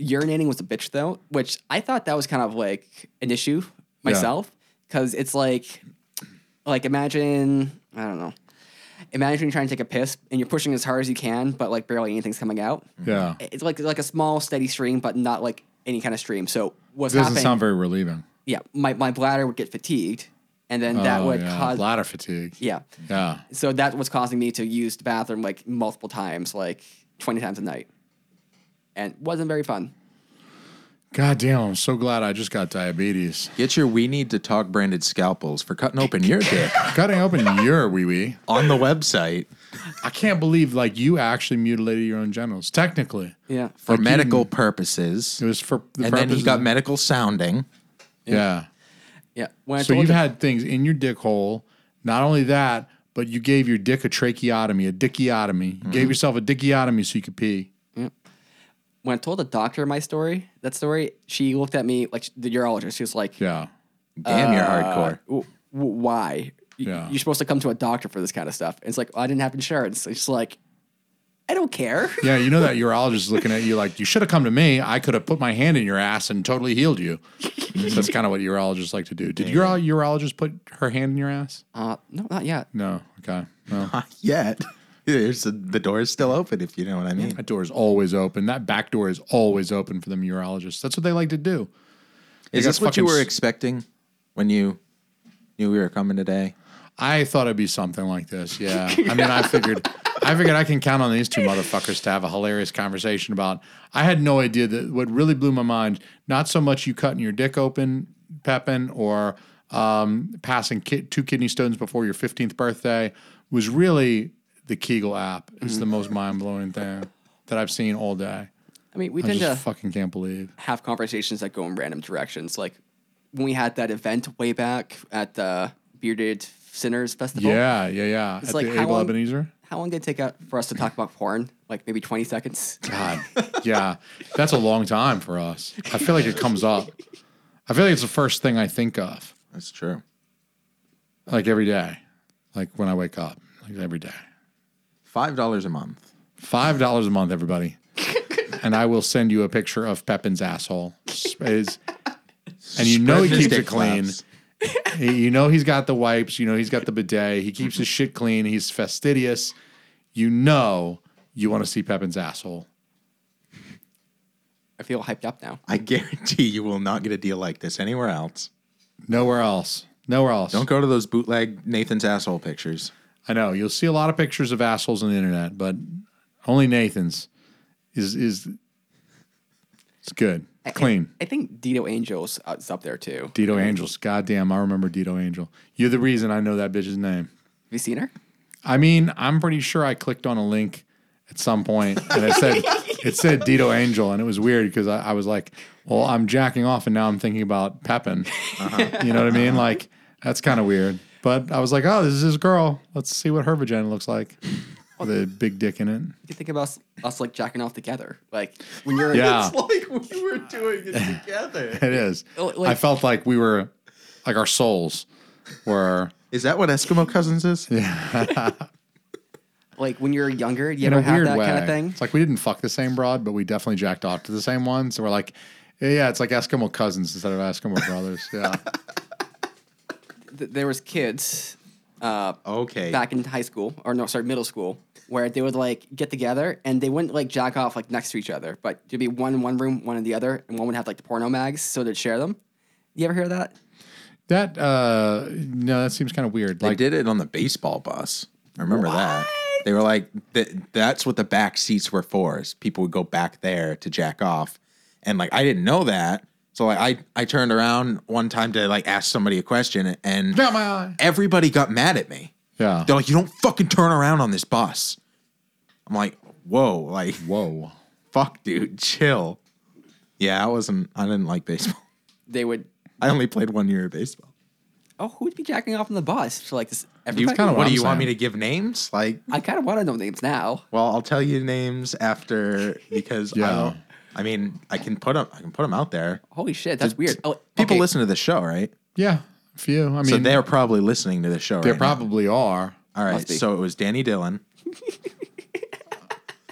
Speaker 4: Urinating was a bitch though, which I thought that was kind of like an issue myself because it's like, like imagine I don't know, imagine you're trying to take a piss and you're pushing as hard as you can, but like barely anything's coming out.
Speaker 2: Yeah.
Speaker 4: It's like like a small steady stream, but not like any kind of stream. So what's
Speaker 2: It doesn't
Speaker 4: happening?
Speaker 2: sound very relieving.
Speaker 4: yeah, my, my bladder would get fatigued, and then that
Speaker 2: Oh,
Speaker 4: would
Speaker 2: yeah.
Speaker 4: cause
Speaker 2: bladder fatigue.
Speaker 4: yeah.
Speaker 2: Yeah.
Speaker 4: So that was causing me to use the bathroom like multiple times, like twenty times a night, and wasn't very fun.
Speaker 2: God damn, I'm so glad I just got diabetes.
Speaker 3: Get your we need to talk branded scalpels for cutting open your dick
Speaker 2: Cutting open your wee wee.
Speaker 3: on the website
Speaker 2: I can't believe like you actually mutilated your own genitals. Technically,
Speaker 4: Yeah.
Speaker 3: for
Speaker 2: Like you-
Speaker 3: medical purposes.
Speaker 2: it was for the
Speaker 3: and then he
Speaker 2: purposes-
Speaker 3: got medical sounding.
Speaker 2: yeah.
Speaker 4: Yeah. When I
Speaker 2: So
Speaker 4: told
Speaker 2: you've
Speaker 4: you-
Speaker 2: had things in your dick hole. Not only that, but you gave your dick a tracheotomy, a dickiotomy. You gave yourself a dickiotomy so you could pee.
Speaker 4: when I told the doctor my story, that story, she looked at me like the urologist. She was like,
Speaker 2: Yeah.
Speaker 3: Damn, you're hardcore.
Speaker 4: w- w- "Why? You-
Speaker 2: Yeah.
Speaker 4: You're supposed to come to a doctor for this kind of stuff." And it's like, well, "I didn't have insurance." It's like, "I don't care."
Speaker 2: Yeah, you know that urologist is looking at you like you should have come to me. I could have put my hand in your ass and totally healed you. That's kind of what urologists like to do. Did your urologist put her hand in your ass?
Speaker 4: Uh, no, not yet.
Speaker 2: No. Okay. No.
Speaker 3: Not yet. There's the, the door is still open if you know what I mean.
Speaker 2: That door is always open. That back door is always open for them urologists. That's what they like to do.
Speaker 3: Is
Speaker 2: got
Speaker 3: this what you
Speaker 2: fucking
Speaker 3: were
Speaker 2: s-
Speaker 3: expecting when you knew we were coming today?
Speaker 2: I thought it'd be something like this. Yeah. I mean, I figured, I figured I can count on these two motherfuckers to have a hilarious conversation about. I had no idea that what really blew my mind. Not so much you cutting your dick open, Pepin, or um, passing ki- two kidney stones before your fifteenth birthday was really the Kegel app. Is the most mind blowing thing that I've seen all day.
Speaker 4: I mean, we
Speaker 2: I
Speaker 4: tend to Oh.
Speaker 2: just fucking can't believe.
Speaker 4: have conversations that go in random directions. Like when we had that event way back at the Bearded Sinners Festival.
Speaker 2: Yeah, yeah, yeah. At
Speaker 4: like,
Speaker 2: the
Speaker 4: how
Speaker 2: Abel
Speaker 4: long-
Speaker 2: Ebenezer.
Speaker 4: How long did it take out for us to talk about porn? Like maybe 20 seconds?
Speaker 2: God, yeah, that's a long time for us. I feel like it comes up. I feel like it's the first thing I think of,
Speaker 3: That's true.
Speaker 2: like every day, like when I wake up, like every day.
Speaker 3: Five dollars a month.
Speaker 2: Five dollars a month, everybody, and I will send you a picture of Pepin's asshole. Is and you know he
Speaker 3: Spread his
Speaker 2: keeps it
Speaker 3: dick
Speaker 2: clean.
Speaker 3: flaps.
Speaker 2: He- you know he's got the wipes. You know he's got the bidet. He keeps his shit clean. He's fastidious. You know you want to see Pepin's asshole.
Speaker 4: I feel hyped up now.
Speaker 3: I guarantee you will not get a deal like this anywhere else.
Speaker 2: Nowhere else. Nowhere else.
Speaker 3: Don't go to those bootleg Nathan's asshole pictures.
Speaker 2: I know you'll see a lot of pictures of assholes on the internet, but only Nathan's is is it's good, it's clean.
Speaker 4: I think Dito Angels uh, is up there too. Have
Speaker 2: Dito Angel's, goddamn, I remember Dito Angel. You're the reason I know that bitch's name.
Speaker 4: you seen her?
Speaker 2: I mean, I'm pretty sure I clicked on a link at some point and it said it said Dito Angel, and it was weird because I, I was like, well, I'm jacking off, and now I'm thinking about Pepin. You know what I mean? Like that's kind of weird. But I was like, oh, this is his girl. Let's see what her vagina looks like. With a big dick in it.
Speaker 4: You think about us, us like jacking off together, like when you're
Speaker 2: Yeah.
Speaker 3: Like we were doing it together.
Speaker 2: It is.
Speaker 4: Oh, like-
Speaker 2: I felt like we were, like our souls were.
Speaker 3: Is that what Eskimo Cousins is?
Speaker 4: like when you're younger. You
Speaker 2: in
Speaker 4: ever
Speaker 2: a
Speaker 4: have
Speaker 2: weird
Speaker 4: that
Speaker 2: way.
Speaker 4: kind of thing?
Speaker 2: It's like we didn't fuck the same broad, but we definitely jacked off to the same one. So we're like, yeah, yeah, it's like Eskimo cousins instead of Eskimo brothers. Yeah.
Speaker 4: Th- there was kids uh,
Speaker 3: Okay.
Speaker 4: back in high school, or no, sorry, middle school, where they would like get together and they wouldn't like jack off like next to each other, but there'd be one in one room, one in the other, and one would have like the porno mags, so they'd share them. You ever hear that?
Speaker 2: That uh no, that seems kind of weird.
Speaker 3: They
Speaker 2: Like
Speaker 3: did it on the baseball bus. I remember that. They were like, th- that's what the back seats were for. Is people would go back there to jack off, and like I didn't know that. So like I I turned around one time to like ask somebody a question, and
Speaker 2: Got my eye.
Speaker 3: everybody got mad at me.
Speaker 2: Yeah.
Speaker 3: They're like, you don't fucking turn around on this bus. I'm like, whoa, like
Speaker 2: Whoa.
Speaker 3: fuck, dude, chill. Yeah, I wasn't. I didn't like baseball.
Speaker 4: They would.
Speaker 3: I only played one year of baseball.
Speaker 4: oh, who would be jacking off on the bus? So like this,
Speaker 2: You
Speaker 4: everybody.
Speaker 2: kind of
Speaker 3: What do you want me to give names? Like,
Speaker 4: I kind of want to know names now.
Speaker 3: well, I'll tell you names after because I
Speaker 2: Yeah.
Speaker 3: don't. I mean, I can put them. I can put them out there.
Speaker 4: Holy shit, that's weird. Oh,
Speaker 3: People
Speaker 4: okay,
Speaker 3: listen to the show, right?
Speaker 2: Yeah, a few. I mean,
Speaker 3: so
Speaker 2: they
Speaker 3: they're probably listening to the show.
Speaker 2: they
Speaker 3: right now.
Speaker 2: probably are.
Speaker 3: All right.
Speaker 4: Must be.
Speaker 3: So it was Danny Dillon.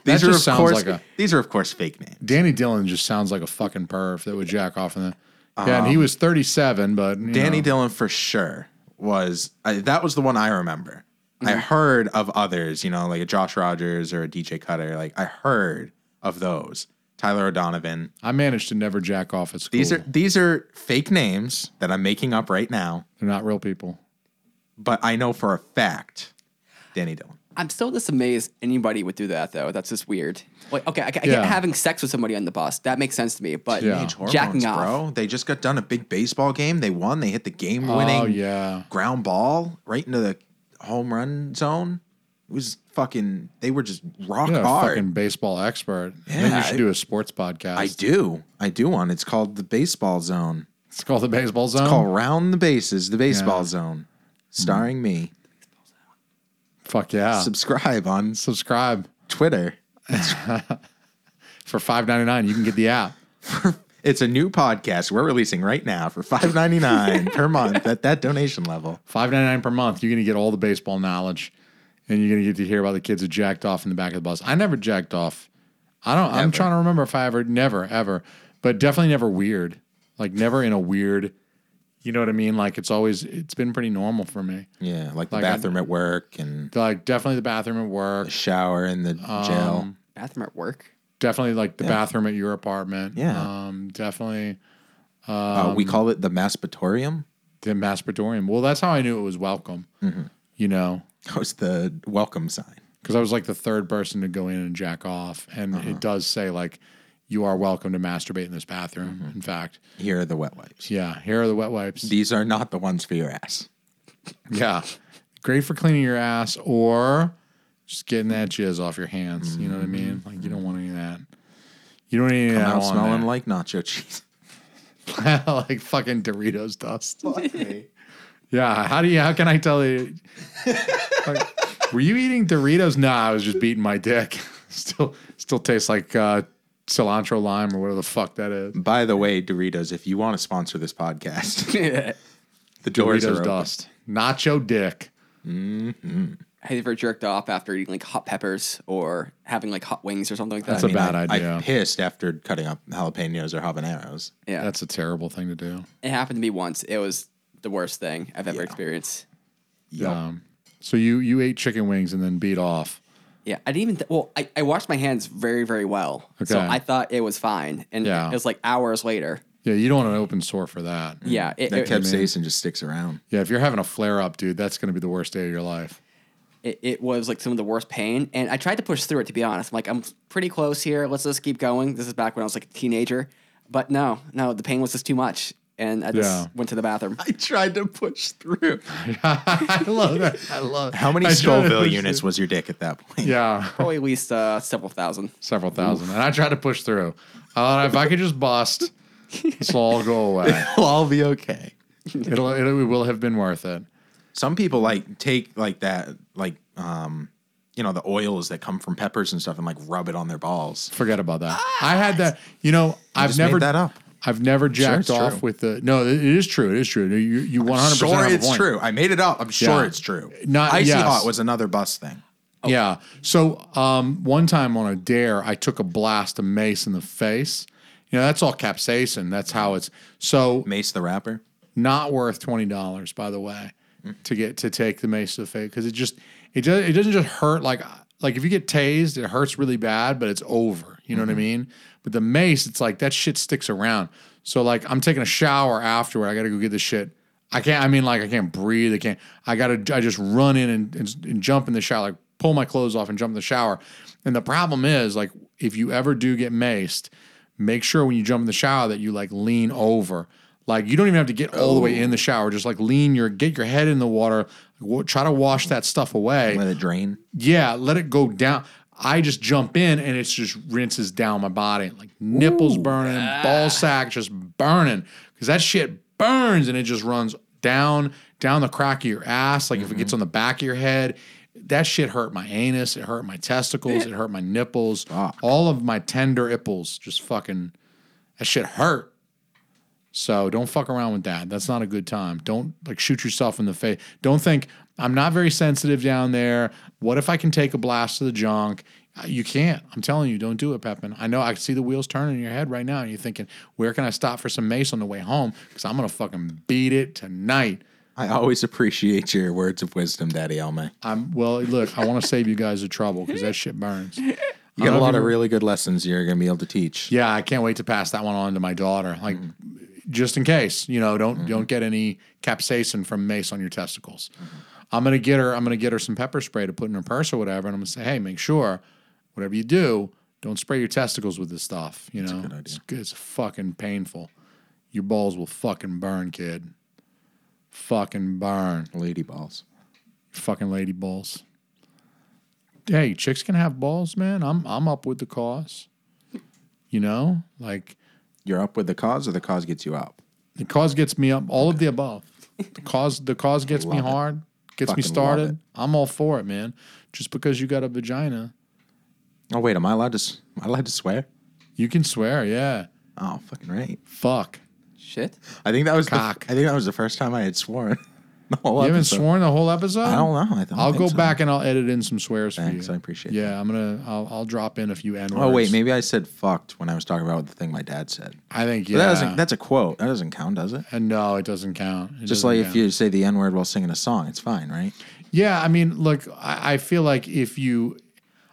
Speaker 2: That
Speaker 3: these are
Speaker 2: just
Speaker 3: of
Speaker 2: sounds
Speaker 3: course.
Speaker 2: like a-
Speaker 3: these are of course fake names.
Speaker 2: Danny Dillon just sounds like a fucking perv that would jack off in the. Yeah, and he was 37, but you
Speaker 3: Um, Danny
Speaker 2: know,
Speaker 3: Dillon for sure was I, that was the one I remember.
Speaker 4: Mm-hmm.
Speaker 3: I heard of others, you know, like a Josh Rogers or a DJ Cutter. Like I heard of those. Tyler O'Donovan.
Speaker 2: I managed to never jack off at school.
Speaker 3: These are these are fake names that I'm making up right now,
Speaker 2: they're not real people.
Speaker 3: but I know for a fact Danny Dillon.
Speaker 4: I'm still just amazed anybody would do that though. That's just weird. Like, okay, I, I get
Speaker 2: Yeah.
Speaker 4: having sex with somebody on the bus. That makes sense to me. But
Speaker 2: Yeah.
Speaker 3: Teenage hormones,
Speaker 4: jacking off.
Speaker 3: bro. They just got done a big baseball game. They won. They hit the game winning
Speaker 2: Oh yeah,
Speaker 3: ground ball right into the home run zone. It was fucking they were just rock
Speaker 2: you're a
Speaker 3: hard.
Speaker 2: fucking baseball expert. Yeah, Maybe you
Speaker 3: Yeah,
Speaker 2: should
Speaker 3: I-
Speaker 2: do a sports podcast.
Speaker 3: I do. I do one. It's called the Baseball Zone.
Speaker 2: It's called the baseball zone.
Speaker 3: Call Round the Bases, the Baseball
Speaker 2: Yeah.
Speaker 3: Zone, starring me.
Speaker 2: Fuck yeah!
Speaker 3: Subscribe on s-
Speaker 2: Subscribe
Speaker 3: Twitter.
Speaker 2: for five ninety nine. You can get the app.
Speaker 3: It's a new podcast we're releasing right now for five ninety nine per month at that donation level.
Speaker 2: Five ninety nine per month. You're gonna get all the baseball knowledge, and you're gonna get to hear about the kids who jacked off in the back of the bus. I never jacked off. I don't. I'm
Speaker 3: Never.
Speaker 2: trying to remember if I ever, never, ever, but definitely never weird. Like never in a weird. You know what I mean? Like it's always. It's been pretty normal for me.
Speaker 3: Yeah, like the
Speaker 2: Like I-
Speaker 3: bathroom at work and
Speaker 2: Like definitely the bathroom at work.
Speaker 3: the shower in the
Speaker 2: Um,
Speaker 3: jail.
Speaker 4: Bathroom at work.
Speaker 2: Definitely like the bathroom at your apartment.
Speaker 3: Yeah.
Speaker 2: Um. Definitely
Speaker 3: uh, we call it the masturbatorium.
Speaker 2: the masturbatorium. Well, that's how I knew it was welcome.
Speaker 3: Mm-hmm.
Speaker 2: You know,
Speaker 3: That was Oh, the welcome sign.
Speaker 2: because I was like the third person to go in and jack off, and it does say like, "You are welcome to masturbate in this bathroom." In fact,
Speaker 3: Here are the wet wipes.
Speaker 2: yeah, here are Mm-hmm. the wet wipes.
Speaker 3: These are not the ones for your ass.
Speaker 2: yeah, great for cleaning your ass or just getting that jizz off your hands. You know what I mean? Like you don't want any of that. You don't need any
Speaker 3: Now
Speaker 2: of that.
Speaker 3: smelling
Speaker 2: on
Speaker 3: like nacho cheese.
Speaker 2: there. like fucking Doritos dust. Yeah. How do you? How can I tell you? Like, were you eating Doritos? No, I was just beating my dick. Still, still tastes like uh, cilantro lime or whatever the fuck that is.
Speaker 3: By the way, Doritos, if you want to sponsor this podcast,
Speaker 4: hey,
Speaker 3: the doors
Speaker 2: Doritos
Speaker 3: are open.
Speaker 2: dust, nacho dick.
Speaker 4: Have you ever jerked off after eating like hot peppers or having like hot wings or something like that?
Speaker 2: That's a
Speaker 3: I mean,
Speaker 2: bad
Speaker 3: I,
Speaker 2: idea.
Speaker 3: I pissed after cutting up jalapenos or habaneros.
Speaker 4: yeah,
Speaker 2: That's a terrible thing to do.
Speaker 4: it happened to me once. It was the worst thing I've ever experienced.
Speaker 2: Um, so you you ate chicken wings and then beat off.
Speaker 4: Yeah, I didn't even. Th- well, I, I washed my hands very, very well. So
Speaker 2: Okay.
Speaker 4: I thought it was fine. And
Speaker 2: Yeah.
Speaker 4: it was like hours later.
Speaker 2: Yeah, you don't want an open sore for that.
Speaker 4: Yeah. It,
Speaker 3: That
Speaker 4: it, it,
Speaker 3: capsaicin just sticks around.
Speaker 2: Yeah, if you're having a flare up, dude, that's going to be the worst day of your life.
Speaker 4: it was like some of the worst pain. And I tried to push through it, to be honest. I'm like, I'm pretty close here. Let's just keep going. This is back when I was like a teenager. But no, no, the pain was just too much. And I just
Speaker 2: Yeah.
Speaker 4: went to the bathroom.
Speaker 3: I tried to push through.
Speaker 2: I love that. I love.
Speaker 3: How many
Speaker 2: Uh, I tried to
Speaker 3: Scoville
Speaker 2: push
Speaker 3: units was your dick at that point?
Speaker 2: Yeah.
Speaker 4: Probably at least uh, several thousand.
Speaker 2: several thousand, and I tried to push through. I thought if I could just bust, this will all go away.
Speaker 3: It'll all be okay.
Speaker 2: It'll, it will have been worth it.
Speaker 3: Some people like take like that, like um, you know, the oils that come from peppers and stuff, and like rub it on their balls.
Speaker 2: Forget about that. I had that. You know, I've
Speaker 3: just made
Speaker 2: never
Speaker 3: that up.
Speaker 2: I've never jacked
Speaker 3: it's
Speaker 2: off
Speaker 3: true.
Speaker 2: with the. No, it is true. It is true. You you one hundred percent
Speaker 3: Sure,
Speaker 2: have a
Speaker 3: it's
Speaker 2: point.
Speaker 3: true. I made it up. I'm sure
Speaker 2: Yeah.
Speaker 3: it's true.
Speaker 2: Not-
Speaker 3: icy
Speaker 2: yes.
Speaker 3: hot was another bus thing.
Speaker 2: Yeah. So um, one time on a dare, I took a blast of mace in the face. You know, that's all capsaicin. That's how it's. So
Speaker 3: Mace the rapper.
Speaker 2: not worth twenty dollars, by the way, to get to take the mace to the face because it just it does it doesn't just hurt like like if you get tased, it hurts really bad, but it's over. You know what I mean? But the mace, it's like that shit sticks around. So like I'm taking a shower afterward, I got to go get this shit. I can't. I mean, like I can't breathe. I can't. I gotta. I just run in and, and, and jump in the shower, like pull my clothes off and jump in the shower. And the problem is, like, if you ever do get maced, make sure when you jump in the shower that you like lean over. Like you don't even have to get all the way in the shower. Just like lean your get your head in the water. wa- Try to wash that stuff away.
Speaker 3: Let it drain.
Speaker 2: Yeah, let it go down. I just jump in and it's just rinses down my body. Like nipples burning, ball sack just burning because that shit burns and it just runs down down the crack of your ass. Like if it gets on the back of your head, that shit hurt my anus. It hurt my testicles. It hurt my nipples. All of my tender ipples just fucking that shit hurt. So don't fuck around with that. That's not a good time. Don't like shoot yourself in the face. Don't think I'm not very sensitive down there. What if I can take a blast to the junk? Uh, You can't. I'm telling you, don't do it, Pepin. I know I can see the wheels turning in your head right now, and you're thinking, where can I stop for some mace on the way home? Because I'm gonna fucking beat it tonight.
Speaker 3: I always appreciate your words of wisdom, Daddy Elme.
Speaker 2: I'm well. Look, I want to save you guys the trouble because that shit burns.
Speaker 3: You got a lot of really good lessons you're gonna be able to teach.
Speaker 2: Yeah, I can't wait to pass that one on to my daughter. Like, just in case, you know, don't don't get any capsaicin from mace on your testicles. I'm gonna get her. I'm gonna get her some pepper spray to put in her purse or whatever, and I'm gonna say, hey, make sure, whatever you do, don't spray your testicles with this stuff. You know, It's, good- it's fucking painful. Your balls will fucking burn, kid. Fucking burn,
Speaker 3: Lady balls.
Speaker 2: fucking lady balls. Hey, chicks can have balls, man. I'm I'm up with the cause. You know, like
Speaker 3: You're up with the cause, or the cause gets you up.
Speaker 2: The cause gets me up. All of the above. The cause. The cause gets me
Speaker 3: Love it.
Speaker 2: hard. Gets me
Speaker 3: Fucking love it.
Speaker 2: started. I'm all for it, man. Just because you got a vagina,
Speaker 3: Oh wait, am I allowed to? s- Am I allowed to swear?
Speaker 2: you can swear. Yeah.
Speaker 3: Oh, fucking right.
Speaker 2: Fuck.
Speaker 4: Shit.
Speaker 3: I think that was
Speaker 2: Cock.
Speaker 3: The, I think that was the first time I had sworn. The whole
Speaker 2: You haven't
Speaker 3: episode.
Speaker 2: sworn the whole episode.
Speaker 3: I don't know. I don't
Speaker 2: I'll
Speaker 3: think
Speaker 2: go
Speaker 3: so.
Speaker 2: back and I'll edit in some swears
Speaker 3: Thanks,
Speaker 2: for you.
Speaker 3: I appreciate
Speaker 2: Yeah, I'm gonna. I'll, I'll drop in a few n words.
Speaker 3: Oh wait, maybe I said fucked when I was talking about the thing my dad said.
Speaker 2: I think
Speaker 3: But
Speaker 2: yeah.
Speaker 3: that doesn't, that's a quote. That doesn't count, does it?
Speaker 2: and no, it doesn't count. It
Speaker 3: Just
Speaker 2: doesn't
Speaker 3: like
Speaker 2: count.
Speaker 3: if you say the N word while singing a song, it's fine, right?
Speaker 2: Yeah, I mean, look, I, I feel like if you,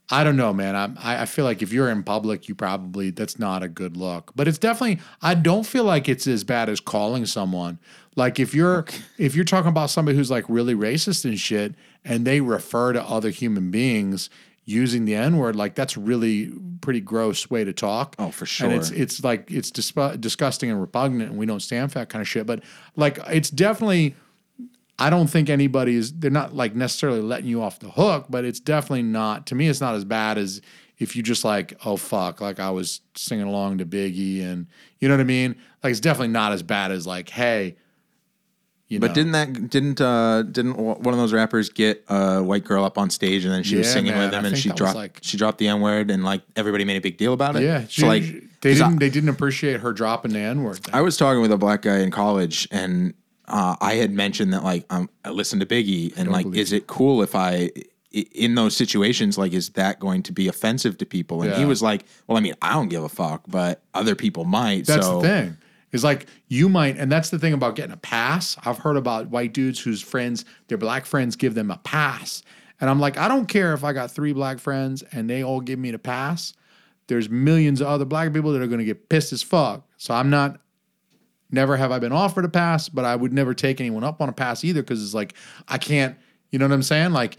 Speaker 2: I don't know, man. I'm- I I feel like if you're in public, you probably that's not a good look. But it's definitely. I don't feel like it's as bad as calling someone. Like if you're if you're talking about somebody who's like really racist and shit, and they refer to other human beings using the N word, like that's really pretty gross way to talk.
Speaker 3: Oh, for
Speaker 2: And it's
Speaker 3: sure.
Speaker 2: it's like it's disp- disgusting and repugnant, and we don't stand for that kind of shit. But like, it's definitely. I don't think anybody is they're not like necessarily letting you off the hook, but it's definitely not to me it's not as bad as if you just like, oh fuck, like I was singing along to Biggie and you know what I mean? Like it's definitely not as bad as like, hey, you
Speaker 3: But
Speaker 2: know.
Speaker 3: didn't that didn't uh didn't wa- one of those rappers get a white girl up on stage and then she was
Speaker 2: Yeah,
Speaker 3: singing
Speaker 2: man,
Speaker 3: with
Speaker 2: I
Speaker 3: him and
Speaker 2: think
Speaker 3: she
Speaker 2: that was
Speaker 3: dropped
Speaker 2: like-
Speaker 3: she dropped the N word and like everybody made a big deal about it.
Speaker 2: Yeah.
Speaker 3: so like
Speaker 2: they
Speaker 3: 'cause I-
Speaker 2: didn't they didn't appreciate her dropping the N word.
Speaker 3: I was talking with a black guy in college, and uh, I had mentioned that like um, I listen to Biggie, and like, is it cool if I i- in those situations like is that going to be offensive to people? And he
Speaker 2: Yeah.
Speaker 3: was like, "Well, I mean, I don't give a fuck, but other people might."
Speaker 2: That's
Speaker 3: so
Speaker 2: the thing. Is like you might, and that's the thing about getting a pass. I've heard about white dudes whose friends, their black friends, give them a pass, and I'm like, I don't care if I got three black friends and they all give me the pass. There's millions of other black people that are going to get pissed as fuck. So I'm not. Never have I been offered a pass, but I would never take anyone up on a pass either because it's like I can't. You know what I'm saying? Like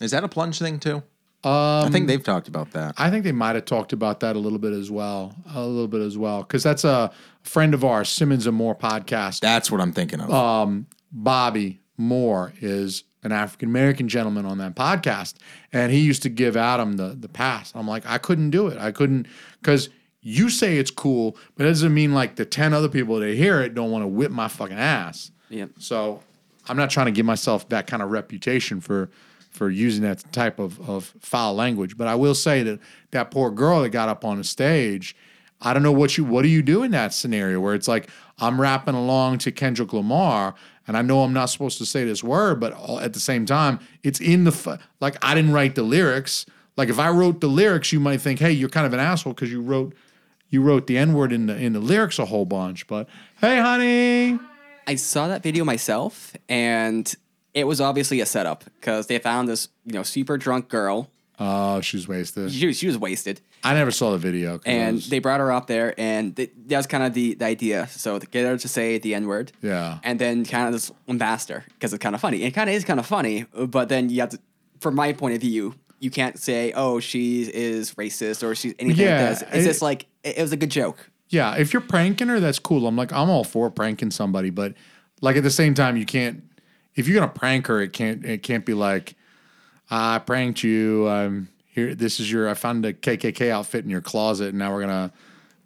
Speaker 3: is that a plunge thing too? I
Speaker 2: Um,
Speaker 3: think they've talked about that.
Speaker 2: I think they might have talked about that a little bit as well, a little bit as well, because that's a friend of ours, Simmons and Moore podcast.
Speaker 3: That's what I'm thinking of.
Speaker 2: Uh, Bobby Moore is an African American gentleman on that podcast, and he used to give Adam the the pass. I'm like, I couldn't do it. I couldn't because you say it's cool, but it doesn't mean like the ten other people that hear it don't want to whip my fucking ass.
Speaker 4: Yeah.
Speaker 2: So I'm not trying to give myself that kind of reputation for for using that type of, of foul language. But I will say that that poor girl that got up on the stage, I don't know what you what do you do in that scenario where it's like I'm rapping along to Kendrick Lamar and I know I'm not supposed to say this word, but all, at the same time, it's in the fu- like I didn't write the lyrics. Like if I wrote the lyrics, you might think, hey, you're kind of an asshole because you wrote you wrote the N word in the in the lyrics a whole bunch. But hey, honey.
Speaker 4: I saw that video myself, and it was obviously a setup because they found this, you know, super drunk girl.
Speaker 2: Oh, she's wasted.
Speaker 4: She was, she was wasted,
Speaker 2: I never saw the video. 'cause I
Speaker 4: and
Speaker 2: was-
Speaker 4: they brought her up there, and th- that was kind of the, the idea. So to get her to say the N word,
Speaker 2: Yeah.
Speaker 4: and then kind of just embarrass her because it's kind of funny. It kind of is kind of funny, but then you have to, from my point of view, you can't say, "Oh, she is racist" or "She's anything
Speaker 2: Yeah,
Speaker 4: like this." It's
Speaker 2: it-
Speaker 4: just like it, it was a good joke.
Speaker 2: yeah, if you're pranking her, that's cool. I'm like, I'm all for pranking somebody, but like at the same time, you can't. If you're gonna prank her, it can't. It can't be like, "Ah, I pranked you. I'm here. This is your. I found a KKK outfit in your closet, and now we're gonna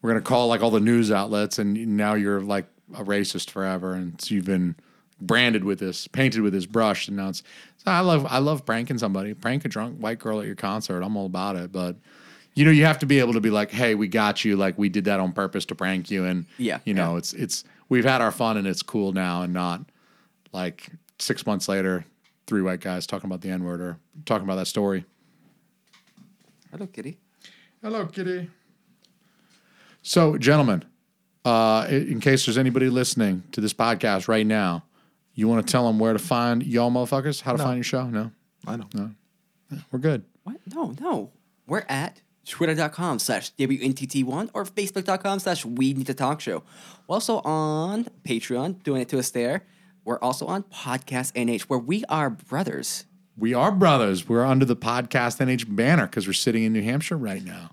Speaker 2: we're gonna call like all the news outlets, and now you're like a racist forever, and so you've been branded with this, painted with this brush. And now it's, so I love, I love pranking somebody, prank a drunk white girl at your concert. I'm all about it. But, you know, you have to be able to be like, hey, we got you. Like, we did that on purpose to prank you. And,
Speaker 4: Yeah,
Speaker 2: you know, it's, it's, we've had our fun and it's cool now and not like six months later, three white guys talking about the N word or talking about that story.
Speaker 4: Hello, kitty.
Speaker 2: Hello, kitty. So, gentlemen, uh, in in case there's anybody listening to this podcast right now, you want to tell them where to find y'all motherfuckers, how to find your show? No,
Speaker 3: I know.
Speaker 2: we're good.
Speaker 4: What? No, no. We're at twitter.com slash WNTT1 or facebook.com slash We Need to Talk Show. We're also on Patreon, doing it to us there. We're also on Podcast NH, where we are brothers.
Speaker 2: We are brothers. We're under the podcast NH banner because we're sitting in New Hampshire right now.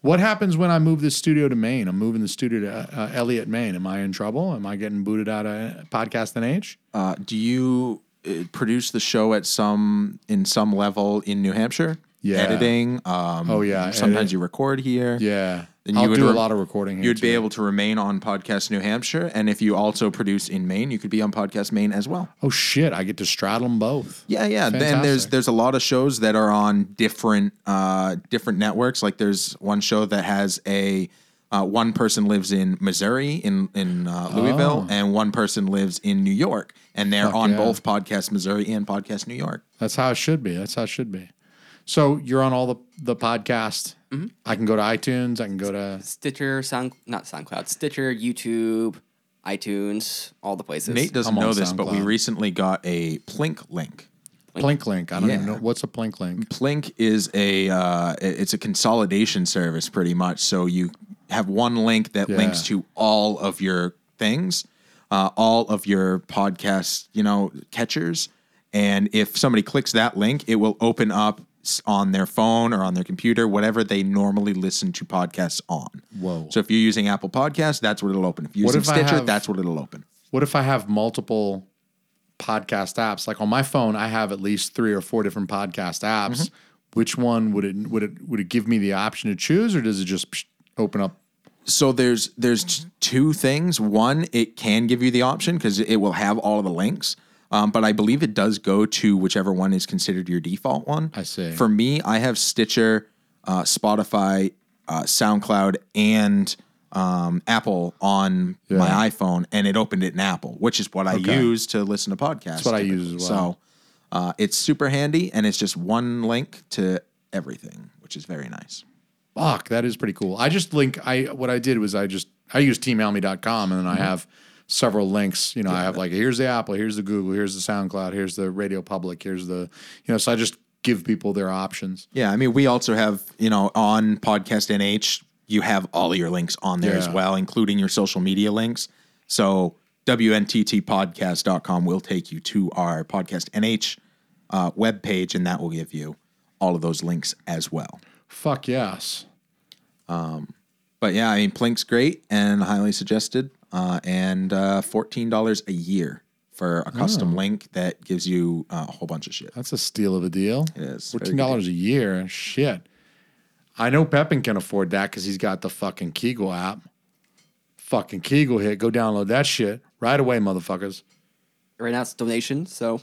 Speaker 2: What happens when I move this studio to Maine? I'm moving the studio to uh, uh, Elliott, Maine. Am I in trouble? Am I getting booted out of podcast NH?
Speaker 3: Uh, do you uh, produce the show at some in some level in New Hampshire?
Speaker 2: Yeah.
Speaker 3: Editing. Um,
Speaker 2: Oh, yeah,
Speaker 3: Sometimes
Speaker 2: edit.
Speaker 3: you record here.
Speaker 2: Yeah,
Speaker 3: Then
Speaker 2: I'll
Speaker 3: would
Speaker 2: do a
Speaker 3: re-
Speaker 2: lot of recording. Here
Speaker 3: You'd be
Speaker 2: too.
Speaker 3: able to remain on Podcast New Hampshire, and if you also produce in Maine, you could be on Podcast Maine as well.
Speaker 2: Oh shit! I get to straddle them both.
Speaker 3: Yeah, yeah. Then there's
Speaker 2: Fantastic.
Speaker 3: there's a lot of shows that are on different uh, different networks. Like there's one show that has a uh, one person lives in Missouri in in uh, Louisville, and one person lives in New York, and they're on
Speaker 2: Oh. yeah.
Speaker 3: both Podcast Missouri and Podcast New York.
Speaker 2: That's how it should be. That's how it should be. So you're on all the the podcast.
Speaker 3: Mm-hmm.
Speaker 2: I can go to iTunes. I can go to
Speaker 4: Stitcher, Sound, not SoundCloud, Stitcher, YouTube, iTunes, all the places.
Speaker 3: Nate doesn't
Speaker 2: I'm on
Speaker 3: know this, but we
Speaker 2: SoundCloud.
Speaker 3: recently got a Plink link.
Speaker 2: Plink Link. I don't
Speaker 3: Yeah.
Speaker 2: even know what's a Plink Link.
Speaker 3: Plink is a uh, it's a consolidation service pretty much. So you have one link that
Speaker 2: Yeah.
Speaker 3: links to all of your things, uh, all of your podcast, you know, catchers. And if somebody clicks that link, it will open up s- on their phone or on their computer, whatever they normally listen to podcasts on.
Speaker 2: Whoa.
Speaker 3: So if you're using Apple Podcasts, that's what it'll open. If you're
Speaker 2: What
Speaker 3: using
Speaker 2: if I
Speaker 3: Stitcher,
Speaker 2: have-
Speaker 3: that's what it'll open.
Speaker 2: What if I have multiple podcast apps? Like on my phone, I have at least three or four different podcast apps.
Speaker 3: Mm-hmm.
Speaker 2: Which one would it would it would it give me the option to choose, or does it just psh, open up?
Speaker 3: so there's there's t- two things. One, it can give you the option because it will have all of the links. Um, but I believe it does go to whichever one is considered your default one.
Speaker 2: I see.
Speaker 3: For me, I have Stitcher, uh, Spotify, uh, SoundCloud, and um, Apple on my iPhone, and it opened it in Apple, which is what I use to listen to podcasts. That's
Speaker 2: what I use as well.
Speaker 3: So uh, it's super handy, and it's just one link to everything, which is very nice.
Speaker 2: Fuck, that is pretty cool. I just link I what I did was I just I use teamalmy.com and then
Speaker 3: Mm-hmm.
Speaker 2: I have several links. You know, I have like here's the Apple, here's the Google, here's the SoundCloud, here's the Radio Public, here's the you know, so I just give people their options.
Speaker 3: Yeah, I mean, we also have you know on podcast NH, you have all of your links on there as
Speaker 2: Yeah.
Speaker 3: well, including your social media links. So wnttpodcast.com will take you to our podcast NH uh, web page, and that will give you all of those links as well.
Speaker 2: Fuck yes.
Speaker 3: But yeah, I mean, Plink's great and highly suggested, uh, and uh, fourteen dollars a year for a
Speaker 2: Oh.
Speaker 3: custom link that gives you uh, a whole bunch of shit.
Speaker 2: That's a steal of a deal.
Speaker 3: It is. Very
Speaker 2: Fourteen dollars a year. Shit. I know Pepin can afford that because he's got the fucking Kegel app. Fucking Kegel hit. Go download that shit right away, motherfuckers.
Speaker 4: Right now it's donation, so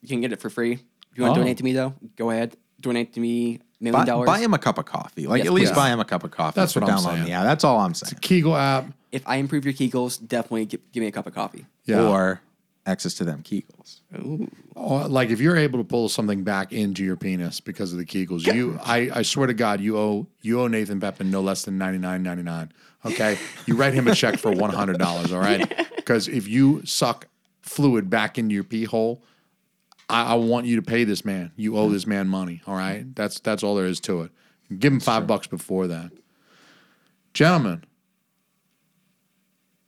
Speaker 4: you can get it for free. If you want to
Speaker 2: Oh.
Speaker 4: donate to me, though, go ahead. Donate to me million
Speaker 3: Buy,
Speaker 4: dollars.
Speaker 3: buy him a cup of coffee. Like
Speaker 4: Yes,
Speaker 3: at least
Speaker 4: please.
Speaker 3: buy him a cup of coffee.
Speaker 2: That's
Speaker 3: for
Speaker 2: what I'm
Speaker 3: downloading
Speaker 2: saying.
Speaker 3: the app. that's all I'm saying.
Speaker 2: Kegel app.
Speaker 4: if I improve your Kegels, definitely give, give me a cup of coffee.
Speaker 2: Yeah.
Speaker 3: or access to them Kegels.
Speaker 2: Or, Oh, like if you're able to pull something back into your penis because of the Kegels, you I, I swear to God, you owe you owe Nathan Beppin no less than ninety nine ninety nine. Okay, you write him a check for one hundred dollars. All right, because if you suck fluid back into your pee hole, I, I want you to pay this man. You owe this man money. All right, that's that's all there is to it. Give him five bucks before that, gentlemen.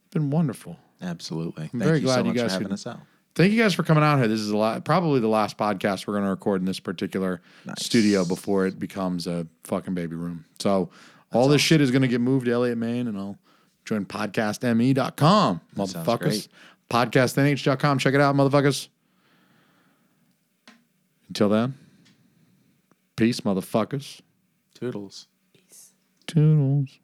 Speaker 2: It's been wonderful.
Speaker 3: Absolutely. Thank
Speaker 2: very
Speaker 3: you
Speaker 2: glad
Speaker 3: so
Speaker 2: you
Speaker 3: much
Speaker 2: guys
Speaker 3: for having
Speaker 2: could-
Speaker 3: us out.
Speaker 2: Thank you guys for coming out here. This is a lot, probably the last podcast we're going to record in this particular studio before it becomes a fucking baby room. So all this shit is going to get moved to Elliott, Maine, and I'll join podcastme.com,
Speaker 3: sounds great.
Speaker 2: motherfuckers. Podcastnh.com. Check it out, motherfuckers. Until then, peace, motherfuckers.
Speaker 3: Toodles.
Speaker 2: Toodles.